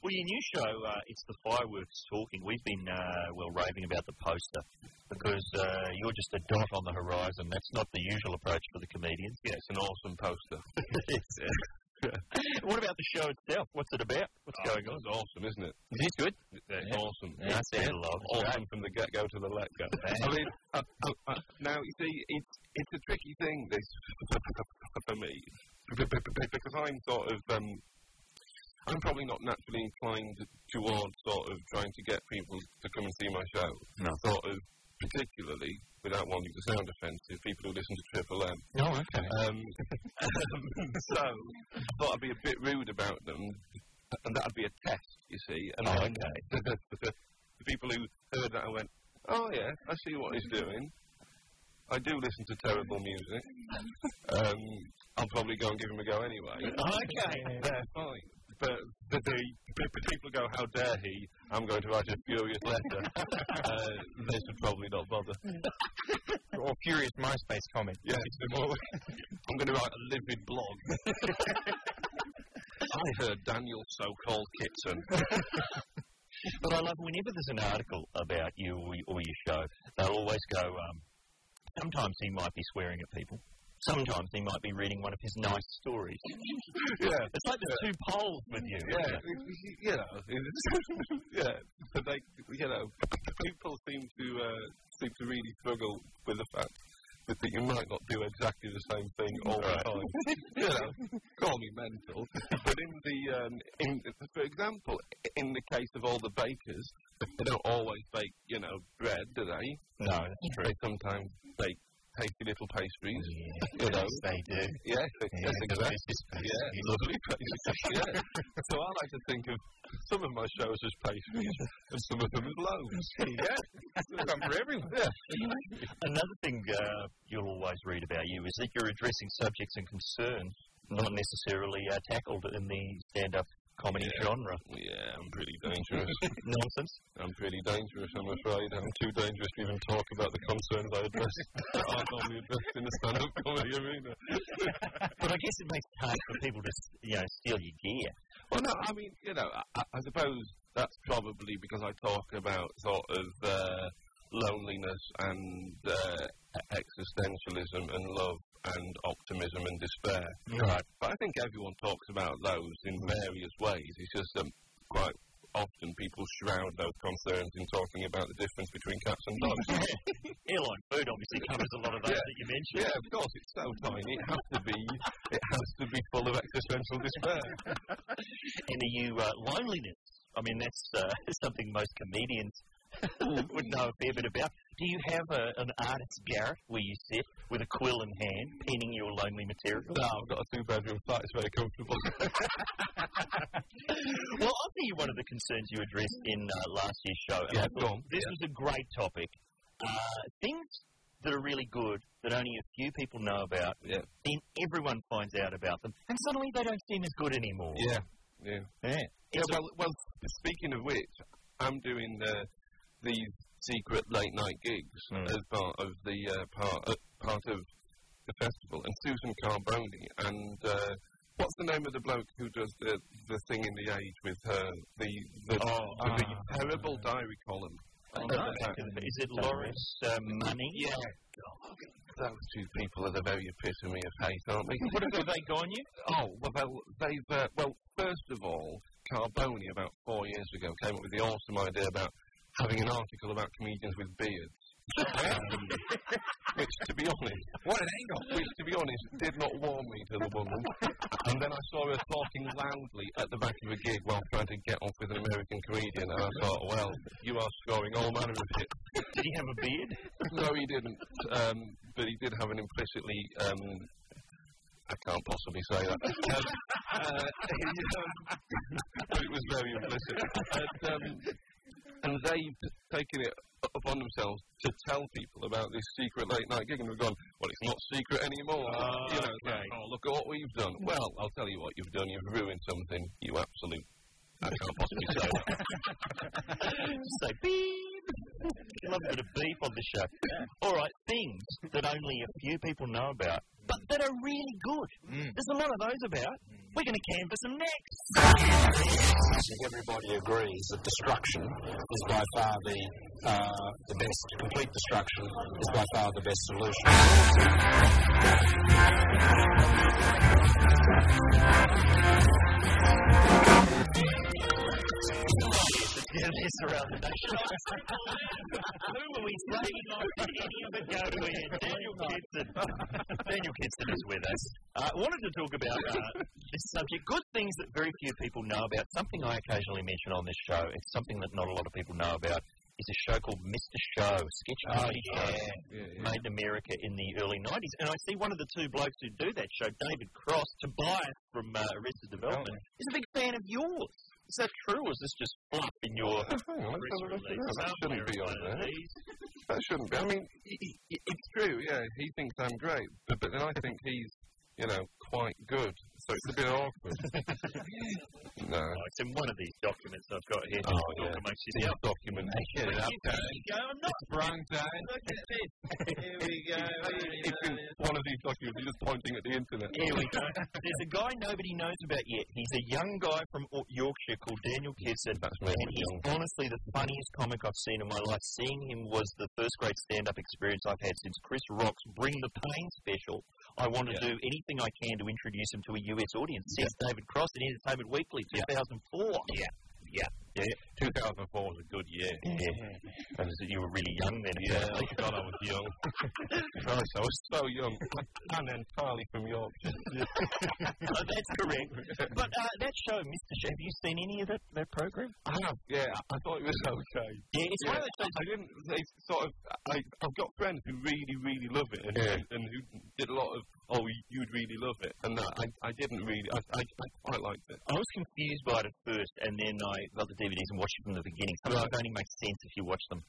Well, your new show, uh, it's the fireworks talking. We've been uh, well raving about the poster because uh, you're just a dot on the horizon. That's not the usual approach for the comedians. yeah, it's an awesome <laughs> poster. It's, uh, <laughs> what about the show itself? What's it about? What's going on? It's awesome, isn't it? Is this good? It's Yeah. awesome. Yeah, it's It's good. awesome. It's Awesome from the get go to the let go. <laughs> I mean, uh, uh, uh, now you see, it's it's a tricky thing this <laughs> for me b- b- b- because I'm sort of um, I'm probably not naturally inclined towards sort of trying to get people to come and see my show. No. Sort of particularly without wanting to sound offensive, people who listen to Triple M. No, okay. Um, <laughs> so I thought I'd be a bit rude about them, and that'd be a test, you see. And Oh, then <laughs> the, the- the- the people who heard that I went, "Oh yeah, I see what he's doing. I do listen to terrible music. Um, I'll probably go and give him a go anyway." Okay. They're fine. But the, the, the people go, "How dare he?" I'm going to write a furious <laughs> letter. uh, they should probably not bother. Or furious MySpace comment. Yeah, it's more- <laughs> I'm going to write a livid blog. <laughs> I heard Daniel so-called Kitson. But I love whenever there's an article about you or y- or your show, they'll always go. Um, sometimes he might be swearing at people. Sometimes he might be reading one of his nice stories. Yeah, It's like the two poles with you. yeah, you know, it's- <laughs> yeah. But they, you know, people seem to uh, seem to really struggle with the fact that, that you might not do exactly the same thing all the time. <laughs> you know, call me mental. But in the, um, in, for example, in the case of all the bakers, they don't always bake, you know, bread, do they? No, that's true. They sometimes bake tasty little pastries. You know, They do. <laughs> yeah, that's exactly. Yeah, lovely pastries. yeah. So I like to think of Some of my shows is paid fees, and some of them is loans. <laughs> yeah, it's come for everyone. Another thing uh, you'll always read about you is that you're addressing subjects and concerns not necessarily uh, tackled in the stand-up comedy Yeah. genre. Yeah, I'm pretty dangerous. Nonsense. I'm pretty dangerous, I'm afraid. I'm too dangerous to even talk about the concerns I address. <laughs> that I normally address in the stand-up comedy arena. But I guess it makes it hard for people to, s- you know, steal your gear. Well, no, I mean, you know, I, I I suppose that's probably because I talk about sort of uh, loneliness and uh, e- existentialism and love and optimism and despair. Right. But I think everyone talks about those in various ways. It's just that quite often people shroud those concerns in talking about the difference between cats and dogs. Airline food obviously covers a lot of those Yeah. that you mentioned. yeah, of course, it's so tiny. It has to be. It has to be full of existential despair. And are you uh, loneliness? I mean, that's uh, <laughs> something most comedians <laughs> would know a fair bit about. Do you have a, an artist's garret where you sit with a quill in hand, penning your lonely material? No, I've got a two-bedroom flat. It's very comfortable. <laughs> Well, I'll tell you one of the concerns you addressed in uh, last year's show. and Yeah, I thought go on. This was a great topic. Uh, things that are really good that only a few people know about, Yeah. then everyone finds out about them, and suddenly they don't seem as good anymore. Yeah, yeah. Yeah. Yeah, well, well. Speaking of which, I'm doing the these secret late night gigs Mm. as part of the uh, part uh, part of the festival, and Susan Carboni and uh, what's the name of the bloke who does the the thing in the Age with her the the, Ah. the big terrible diary column. Oh, uh, I don't know. Is it Loris uh, Money? Yeah. <laughs> Those two people are the very epitome of hate, aren't they? <laughs> What have they gone you? Oh, well, they, they've, uh, well, first of all, Carboni, about four years ago, came up with the awesome idea about having an article about comedians with beards. Um, which, to be honest, what an angle! Which, to be honest, did not warm me to the woman. And then I saw her talking loudly at the back of a gig while trying to get off with an American comedian, and I thought, well, you are scoring all manner of hits. Did he have a beard? No, he didn't. Um, but he did have an implicitly. Um, I can't possibly say that. <laughs> Um, uh, he, um, but it was very implicit. And, um, and they've taken it u- upon themselves to tell people about this secret late night gig, and they've gone, "Well, it's not secret anymore." Ah, you know, it's like, oh, look at what we've done. Well, I'll tell you what you've done. You've ruined something. You absolute. I can't possibly say that. Just say beep. Love a bit of beep on the show. All right, things that only a few people know about, but that are really good. There's a lot of those about. We're going to canvass them next. I think everybody agrees that destruction is by far the uh, the best. Complete destruction is by far the best solution. Yeah, this around the nation. Who are <laughs> we saying any of it go to end? Daniel Kitson. Daniel Kitson is with us. I uh, wanted to talk about uh, this subject. Good things that very few people know about. Something I occasionally mention on this show. It's something that not a lot of people know about. It's a show called Mr. Show, a sketch comedy show made in America in the early 90s. And I see one of the two blokes who do that show, David Cross, Tobias from uh, Arrested Development, is a big fan of yours. Is that true, or is this just fluff <laughs> in your Hang on, let's press have a look at release? that. That shouldn't be on there. That shouldn't be. I mean, i- i- i- it's true. Yeah, he thinks I'm great, but, but then I think he's, you know, quite good. So it's a bit awkward. <laughs> no. Oh, it's in one of these documents I've got here. Oh, Talk yeah. amongst yourself. Documentation. Go, I'm not Here we go. It's in one of these documents. He's just pointing at the internet. Here we go. There's a guy nobody knows about yet. He's a young guy from Au- Yorkshire called Daniel Kisson. That's me. And he's honestly the funniest comic I've seen in my life. Seeing him was the first great stand up experience I've had since Chris Rock's Bring the Pain special. I want to do anything I can to introduce him to a US audience, says David Cross in Entertainment Weekly 2004. Yeah. Yeah. Yeah. 2004 was a good year. yeah. And you were really young then. Yeah, apparently. <laughs> God, I was <laughs> young. Christ, I was so young. And entirely from <laughs> Yorkshire. <laughs> Oh, that's correct. But uh, that show, Mr. Show, have you seen any of that, that program? I have, <laughs> yeah. I thought it was okay. Yeah, it's one Yeah. of those shows I didn't. It's sort of. I, I've got friends who really, really love it, and, and, and who did a lot of. Oh, y- you'd really love it. And no, I, I didn't really. I, I, I quite liked it. I was confused by it at first, and then I got the DVDs and watched it from the beginning. Sometimes it only makes sense if you watch them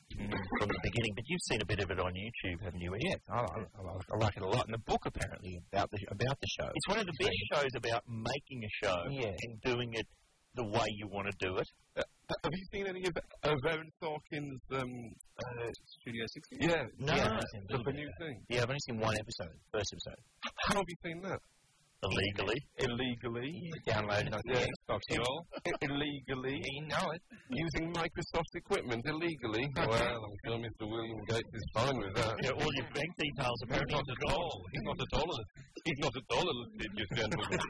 from the beginning. But you've seen a bit of it on YouTube, haven't you? Ian? Yeah, I, I, I, I like it a lot. And the book apparently about the about the show. It's one of the best shows about making a show Yeah. and doing it the way you want to do it. Uh, Have you seen any of, of Aaron Sorkin's um, uh, Studio 60? Yeah, No. yeah, I've seen a the, little the bit new thing. Yeah, I've only seen one episode, first episode. How have you seen that? Illegally. Illegally, Downloaded on the Yeah. Xbox at all. I- illegally, You know it. using Microsoft equipment illegally. Well, I'm sure Mr. William Gates is fine with that. Yeah, all your bank details apparently. Not at all. He's not at all. He's not at all a litigious gentleman. <laughs>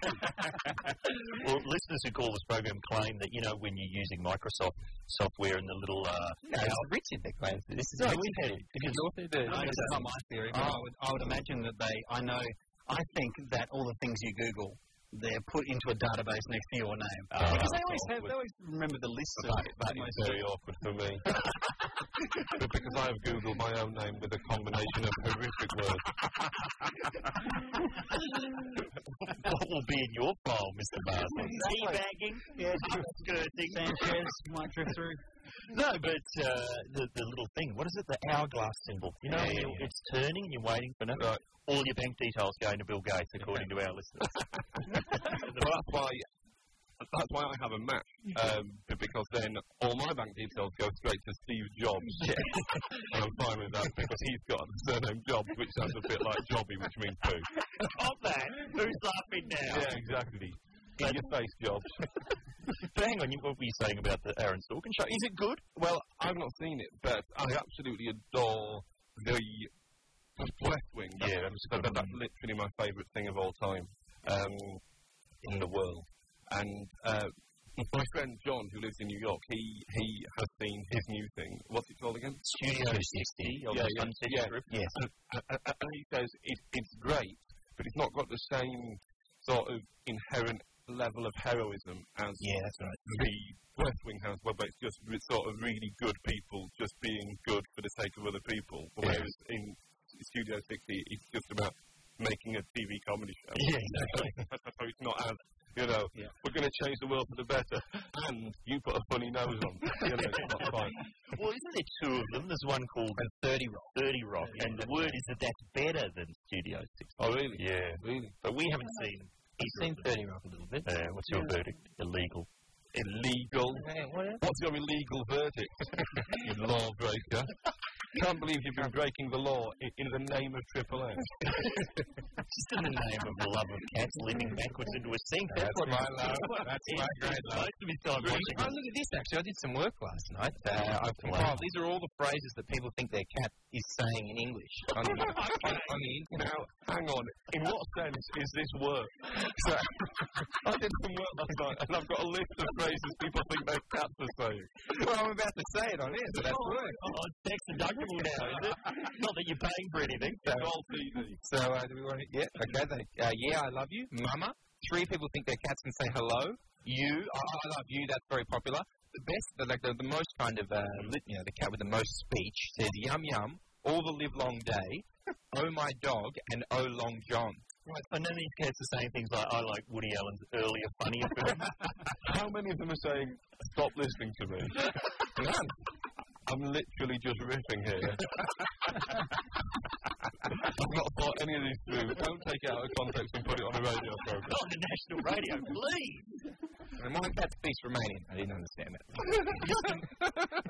Well, listeners who call this program claim that, you know, when you're using Microsoft software and the little. Uh, No, it's Richard that claims that this is No, Richard. we had it. Because author did. No, that's not my theory. But I, would, I would imagine that they, I know, I think that all the things you Google, they're put into a database next to your name. because they always have, they always remember the list of That is very awkward for me. but because I have Googled my own name with a combination of horrific words. what will be in your file, Mr. Barsley? Teabagging? Yeah, Sanchez you might drift through. No, but uh, the, the little thing, what is it? The hourglass symbol. You know, Yeah, yeah, you- it's turning and you're waiting for nothing. All your bank details going to Bill Gates, according to our listeners. Well, that's why. That's why I have a match, um, b- because then all my bank details go straight to Steve Jobs. <laughs> and I'm fine with that because he's got the surname Jobs, which sounds a bit like Jobby, which means poo. Stop that! Who's laughing now? Yeah, exactly. In your face, Jobs. But hang on, you, what were you saying about the Aaron Sorkin show? Is it good? Well, I've not seen it, but I absolutely adore the West Wing. That's, Yeah, that- that- that's literally my favourite thing of all time um, in the world. And uh, my friend John, who lives in New York, he, he has seen his new thing. What's it called again? Studio 60 on Yeah, the yeah, Sunset yeah. Strip. And, and- and he says it, it's great, but it's not got the same sort of inherent level of heroism as Yeah, that's right. the West Wing has, whereby it's just re- sort of really good people just being good for the sake of other people. Whereas in Studio 60, it's just about making a TV comedy show. <laughs> <laughs> Yeah, exactly. so it's not as, you know, we're going to change the world for the better, and you put a funny nose on. you know, it's <laughs> not fine. Well, isn't there two of them? There's one called 30 Rock. 30 Rock, and the word is that that's better than Studio 60. Oh, really? Yeah. Really? But we haven't seen. He's seen 30 Rock a little bit. Uh, what's your verdict? Illegal. Illegal. What's your illegal verdict, you lawbreaker? Can't believe you've been breaking the law in, in the name of Triple M. Just <laughs> in the name of the love of cats leaning backwards into a sink. That's, what my love. That's what my he spends great love. Most of his time watching Oh, look at this, actually. I did some work last night. Uh, I've compiled. These are all the phrases that people think their cat is saying in <laughs> English on the, on, on the internet. Now, hang on. In what sense is this work? So, <laughs> I did some work last night, and I've got a list of phrases people think their cats are saying. Well, I'm about to say it on air, so that's work. Oh, it's tax deductible now, is it? Not that you're paying for <laughs> anything. It's all TV. So, uh, do we want to? Yeah, okay. They, uh, yeah, I love you, Mama. Three people think their cats can say hello. You, I, I love you. That's very popular. The best, the, like the, the most kind of, uh, lit, you know, the cat with the most speech says yum yum all the live long day. oh my dog and oh long John. Right. And then these cats are saying things like, I like Woody Allen's earlier, funnier films. <laughs> How many of them are saying, stop listening <laughs> to me? None. I'm literally just <laughs> riffing here. I've not thought any of these through. Don't take it out of context and put it on a radio program. on the national radio, please. And my cat speaks Romanian. I didn't understand that.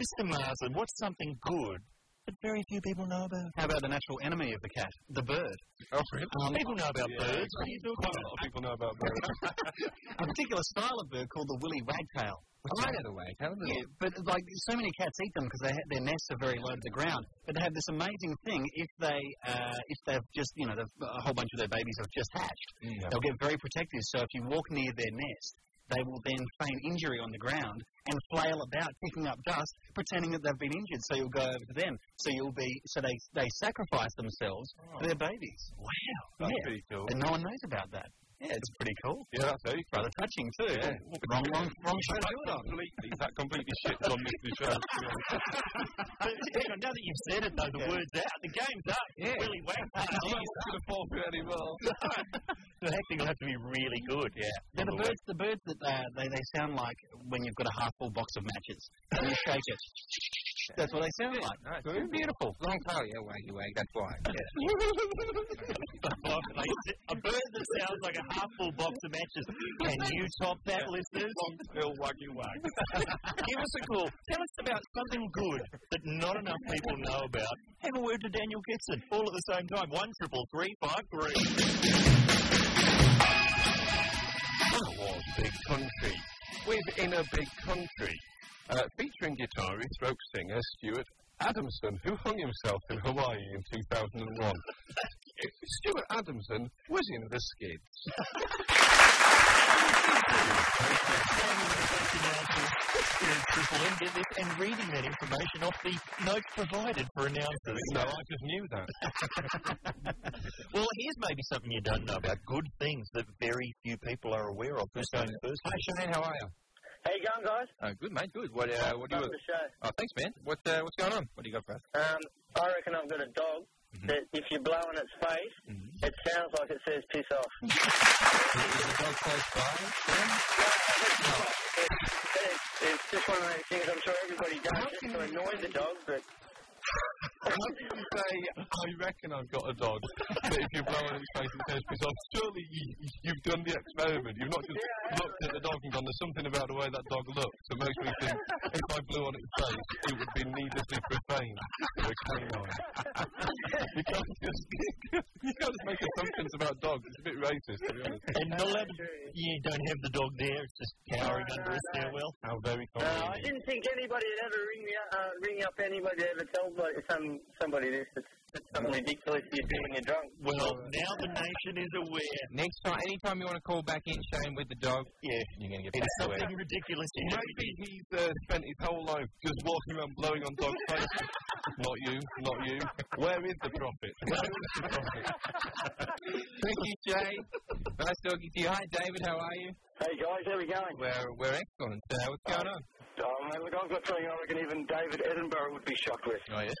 Mr. Marsden, what's something good that very few people know about? How about the natural enemy of the cat, the bird? Oh, really? people know about birds. What do you do Quite a lot of people know about <laughs> birds. A particular style of bird called the willy wagtail. Which I know the way. Tell them. Yeah, but like so many cats eat them because their nests are very low to the ground. But they have this amazing thing if they uh, if they've just you know they've, a whole bunch of their babies have just hatched, they'll get very protective. So if you walk near their nest, they will then feign injury on the ground and flail about, picking up dust, pretending that they've been injured. So you'll go over to them. So you'll be so they they sacrifice themselves for their babies. Oh. Wow. That's Yeah. pretty cool. And no one knows about that. Yeah, it's pretty cool. Yeah, that's very cool. Rather touching too. Yeah. Wrong, wrong, <laughs> wrong show to do it on. Completely, that completely shits on this new show. But <laughs> hang on, now that you've said it though, the word's out. The game's up. Yeah. Really <laughs> wow. the fourth really <laughs> well. the acting will have to be really good. Yeah. Now the birds, the birds that uh, they they sound like when you've got a half full box of matches and you shake it. That's what they sound like. Nice. Beautiful. Long tail, yeah, waggy wag, that's why. <laughs> a bird that sounds like a half full box of matches. Can you top that, listeners? Bill Waggy <laughs> Wag. Give us a call. Tell us about something good that not enough people know about. Have a word to Daniel Gibson. All at the same time. One triple three five three. was Big Country with In a Big Country, uh, featuring guitarist, rock singer Stuart Adamson, who hung himself in Hawaii in 2001. Stuart Adamson was in the skids. Triple M did this and reading that information off the notes provided for announcers. No, I just knew that. Well, here's maybe something you don't know about good things that very few people are aware of. Who's going first? Hi, Shane, how are <laughs> you? How you going, guys? Oh, good, mate, good. What, uh, what do you... Love the show. Oh, thanks, man. What, uh, what's going on? What do you got for us? Um, I reckon I've got a dog Mm-hmm. that if you blow in its face, it sounds like it says piss off. Is the dog close by? It's, it's just one of those things I'm sure everybody does just to annoy the dog, but How can you say, I reckon I've got a dog, but if you blow in its face and says piss off, surely you, you've done the experiment. You've not just looked at the dog and gone, there's something about the way that dog looks that makes me think if I blew on its face, it would be needlessly profane to a canine. you can't just you can't just make assumptions about dogs. It's a bit racist, to be honest. And not allowed to, you don't have the dog there, it's just cowering under a stairwell. How very uh, I convenient. didn't think anybody had ever ring, me, up- uh, ring up anybody to ever tell like, some, somebody this. It's, it's something ridiculous you do when you're drunk. Well, now the nation is aware. Next time, anytime you want to call back in, Shane, with the dog, Yeah. you're going to get It back is to it. something ridiculous. you do. Maybe he's uh, spent his whole life just walking around blowing on dogs' <laughs> faces. not you, not you. Where is the profit? Where is the profit? <laughs> Thank you, Shane. nice talking to you. Hi, David, how are you? Hey guys, how we going? We're, we're excellent. Uh, what's going on? Oh, mate, look, I've got something I reckon even David Edinburgh would be shocked with. Oh, yes.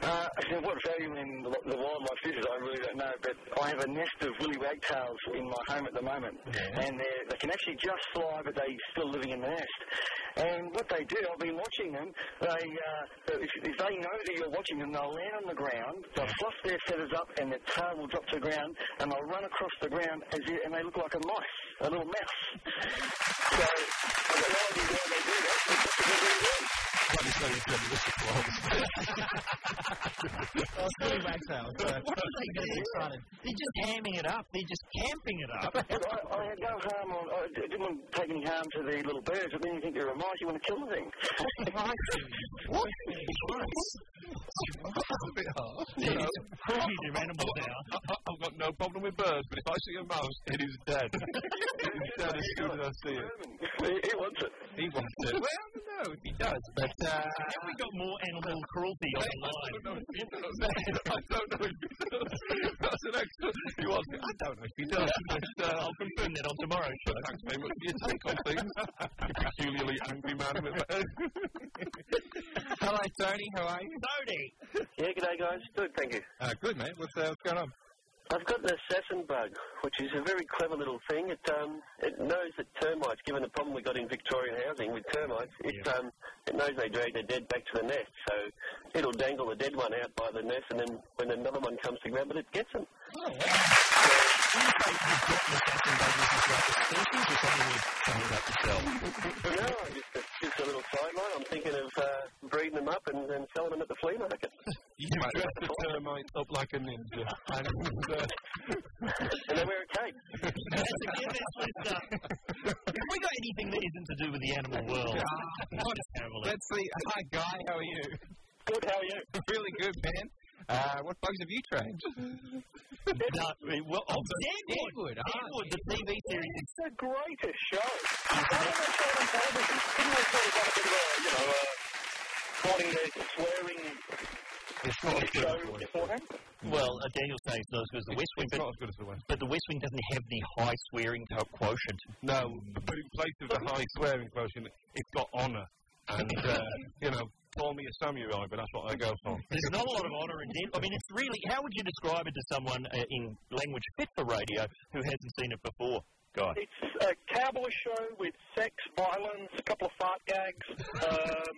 Uh, <laughs> what value in the, the wildlife this is, I really don't know, but I have a nest of willy wagtails in my home at the moment, and they they can actually just fly, but they're still living in the nest. And what they do, I've been watching them. They, uh, if, if they know that you're watching them, they'll land on the ground, they'll fluff their feathers up, and their tail will drop to the ground, and they'll run across the ground, as if, and they look like a mouse, a little mouse. so I don't know why they do that. It's just a good little thing. Oh, silly wagtails. What are they getting excited? They're just hamming it up. They're just camping it up. But I, I had no harm on. I d- didn't want to take any harm to the little birds, but then you think they're a mice, you want to kill the thing. <laughs> That's a bit harsh. They're just cruelty to animals now. <laughs> I've got no problem with birds, but if I see a mouse, it is <laughs> dead. it is dead as soon as I see it. he wants it. He wants to. Well, I don't know if he does, but uh, Have we got more animal cruelty on the <laughs> I line? don't know <laughs> if he does. I don't know if he does. That's an excellent. He wants it. I don't know if he does. But, uh, I'll confirm that on <laughs> tomorrow's show. thanks very much for your take on things. You peculiarly angry man. With hello, Tony, how are you? Tony! Yeah, good day, guys. Good, thank you. Uh, good, mate. What's, uh, what's going on? I've got an assassin bug, which is a very clever little thing. It um, it knows that termites, given the problem we got in Victorian housing with termites, it um, it knows they drag their dead back to the nest, so it'll dangle the dead one out by the nest, and then when another one comes to grab it, it gets them. Oh, <laughs> No, I just, it's just a little sideline. I'm thinking of uh, breeding them up and, and selling them at the flea market. you dress the termites up like a ninja. And, uh, And they wear a cape. That's a good uh, answer. Have we got anything that isn't to do with the animal world? Not a terrible answer. Ah, Let's see. Hi, Guy, how are you? <laughs> Good, how are you? really good, man. Uh, what bugs have you trained? No, I mean, well, oh, Deadwood. Deadwood. Ah, Deadwood, the TV series. It's the greatest show. Why don't they show it on television? Couldn't they sort of got a bit of a, you know, uh, warning there, swearing It's not as So good as the West Wing. important. Well, uh, Daniel's saying it's not as good as the West Wing, It's but, not as good as the West but the West Wing doesn't have the high swearing co- quotient. No, but in place of the high swearing quotient, it's got honour. And, uh, you know, call me a samurai, but that's what I go for. There's not a lot of honour in it. I mean, it's really. How would you describe it to someone uh, in language fit for radio who hasn't seen it before? Guy. It's a cowboy show with sex, violence, a couple of fart gags, um,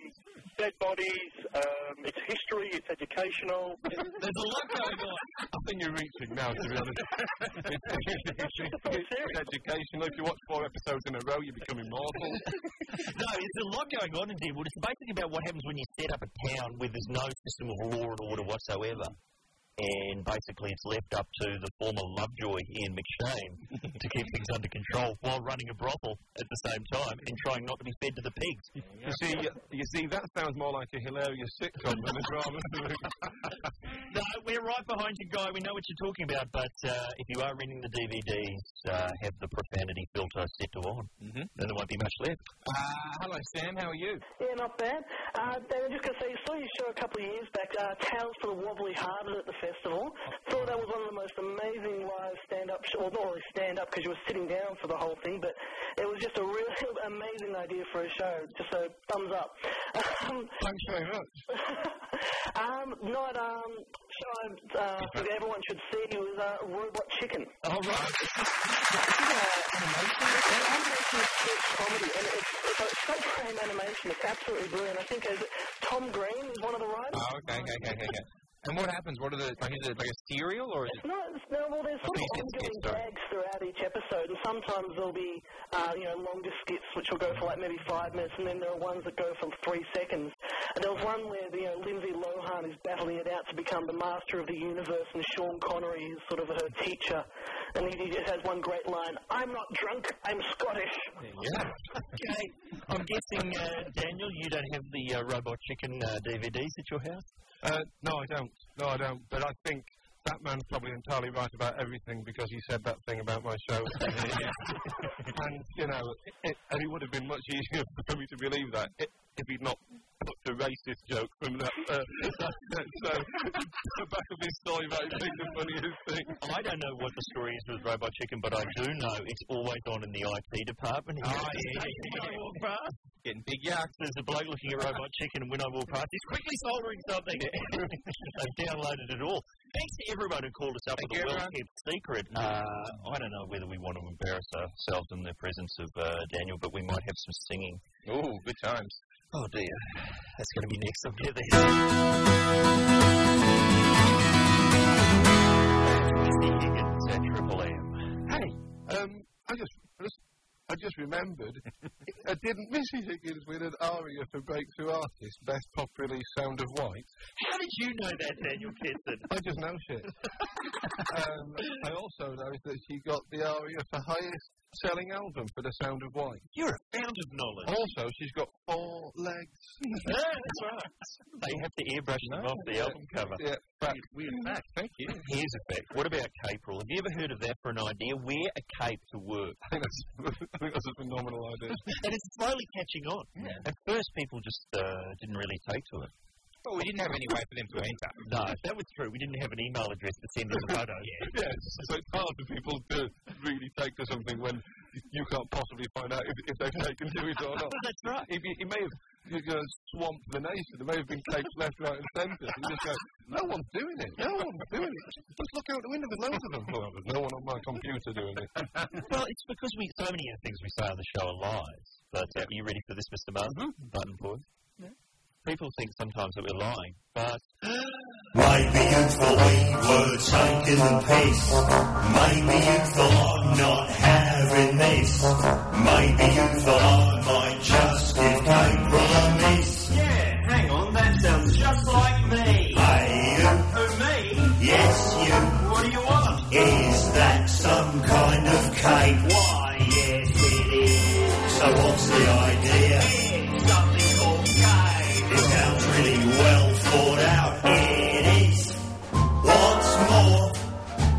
dead bodies. Um, it's history. It's educational. There's a lot going on. I think you're reaching now, to be honest. it's, pretty serious. it's educational. If you watch four episodes in a row, you become immortal. No, there's a lot going on in Deadwood. It's basically about what happens when you set up a town where there's no system of law and order whatsoever. And basically, it's left up to the former Lovejoy Ian McShane to keep things under control while running a brothel at the same time and trying not to be fed to the pigs. You see, you see, that sounds more like a hilarious sitcom than a drama. No, we're right behind you, Guy. We know what you're talking about, but uh, if you are renting the DVDs, uh, have the profanity filter set to on. Mm-hmm. Then there won't be much left. Uh, hello, Sam. How are you? Yeah, not bad. Uh, and I'm just going to say, saw your show a couple of years back, uh, Tales for the Wobbly Hearted at the festival. Thought that was one of the most amazing live stand-up, sh- well, not really stand-up because you were sitting down for the whole thing, but it was just a real <laughs> amazing idea for a show. Just a thumbs up. Um, Thanks very much. um, not um, show I uh, think everyone should see was uh, Robot Chicken. All right. comedy, and it's, it's a straight frame animation. It's absolutely brilliant. I think as Tom Green is one of the writers. Oh, okay, okay, okay, okay. okay. And what happens? What are the like? Is it like a serial or is it? No, it's, no, well, there's sort <laughs> Okay, of skits, ongoing skits, sorry. gags throughout each episode, and sometimes there'll be, uh, you know, longer skits which will go for like maybe five minutes, and then there are ones that go for three seconds. And there was one where, you know, Lindsay Lohan is battling it out to become the master of the universe, and Sean Connery is sort of her teacher, and he, he just has one great line, I'm not drunk, I'm Scottish. Okay. I'm guessing, uh, Daniel, you don't have the uh, Robot Chicken uh, DVDs at your house? Uh, no, I don't. No, I don't. But I think that man's probably entirely right about everything because he said that thing about my show. and, you know, it, and it would have been much easier <laughs> for me to believe that i- if he'd not put the racist joke from that. Uh, that set. so, the back of his story about it being the funniest thing. I don't know what the story is with Robot Chicken, but I do know it's always on in the IT department. Oh, yeah, I walk past, Getting big yucks. there's a bloke looking at Robot Chicken, and when I walk past, he's quickly soldering something. <laughs> They've downloaded it all. Thanks to everyone who called us up Thank with a you, well everyone. kept secret. Uh, I don't know whether we want to embarrass ourselves in the presence of uh, Daniel, but we might have some singing. Ooh, good times. Oh dear, that's going to be next up there. Triple M. Hey, um, I just, I just, I <laughs> just remembered. I didn't miss it Higgins with an aria for Breakthrough Artist, Best Pop Release Sound of White. How did you know that, Daniel Kitson? I just know <laughs> shit. um, I also noticed that she got the aria for highest selling album for The Sound of White. You're a fountain of knowledge. Also, she's got four legs. Yeah, that's right. They have to airbrush them off the album cover. yeah, back. Weird fact. Thank you. Here's a fact. What about capril? Have you ever heard of that for an idea? Wear a cape to work. I think that's, <laughs> I think that's a phenomenal idea. And it's slowly catching on. At first, people just uh, didn't really take to it. Well, we didn't have any way for them to enter. No, if that was true. We didn't have an email address to send us a <laughs> photo. yes, so it's hard for people to really take to something when you can't possibly find out if, if they've taken to it or not. <laughs> That's right. It, it, it may have you know, swamped the nation. There may have been tapes left, right, and centre. You just go, no one's doing it. No one's doing it. Just look out the window. There's loads of them. Well, there's no one on my computer doing it. Well, it's because we so many of the things we say on the show are lies. But uh, are you ready for this, Mr. Martin? Mm-hmm. Button boy. People think sometimes that we're lying, but Might be useful words I didn't paste. Might be useful on not having mace. Might be useful on my just give time for a mace. Yeah, hang on, that sounds just like me. I you? Who me? Yes, you. What do you want? Is that some kind of cake? Why, yes it is. So what's the idea? It's something called cake. It sounds really well thought out. It is. What's more,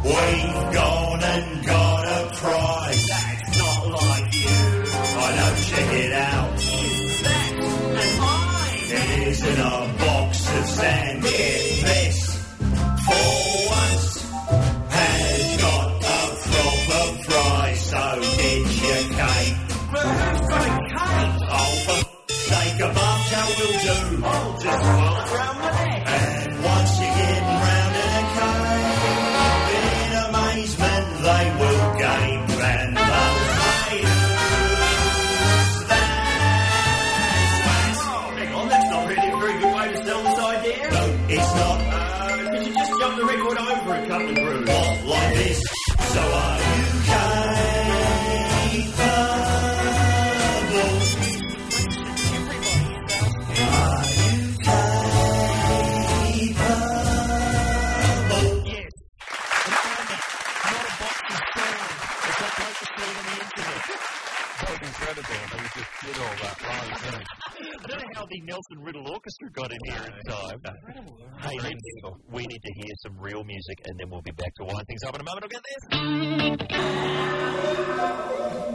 we've gone and got a prize. That's not like you. I know, check it out. Is that an eye? It isn't a box of sand. It may Oh, Just whirl it round my neck. And once you're getting round in a cone, in amazement they will gape and they'll say, "Who's that?" Hang on, that's not really a very good way to sell this idea. No, it's not. Uh, could you just jump the record over a couple of grooves? What, like this? So are you capable? That was incredible. They just did all that live. didn't it? <laughs> I don't know how the Nelson Riddle Orchestra got in here in time. Hey, let's- we need to hear some real music and then we'll be back to wind things up in a moment. I'll get this. <laughs>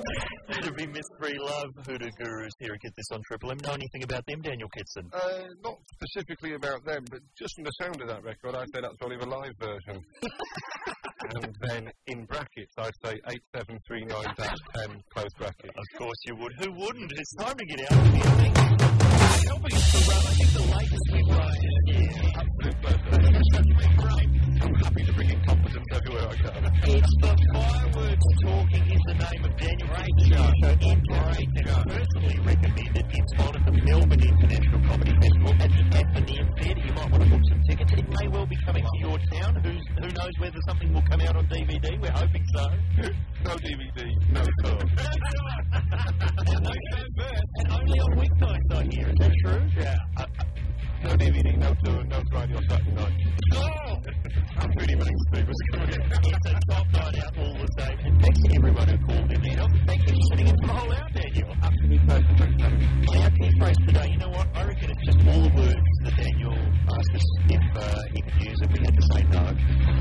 That'd be Miss Free Love, Hoodoo Gurus here at Get This on Triple M. Know anything about them, Daniel Kitson? Uh, not specifically about them, but just from the sound of that record, I'd say that's probably the live <laughs> version. and then in brackets, I'd say 8739 10, close bracket. Of course you would. Who wouldn't? It's time to get out of here. Thank you. Helping us to run, I think the latest we've run. Yeah, absolute pleasure. It's been great. I'm happy to bring in competence everywhere I go. It's the fireworks talking in the name of Daniel Great show. In great show. Personally recommended. It's on at the Melbourne International Comedy Festival at the Athenaeum Theatre. You might want to book some tickets. It may well be coming to your town. Who's, who knows whether something will come out on DVD? We're hoping so. No DVD, no <laughs> film. And only on weeknights I hear. Is that true? Uh, Yeah. No DVD, no tour, no Friday or Saturday night. I'm pretty much famous It's a top night out all the same. And thanks to everyone who called in, Daniel. Thanks for sitting in for the whole hour, Daniel. Absolutely Our key phrase today, you know what? I reckon it's just all the words that Daniel asked us if uh, he could use, and we had to say no.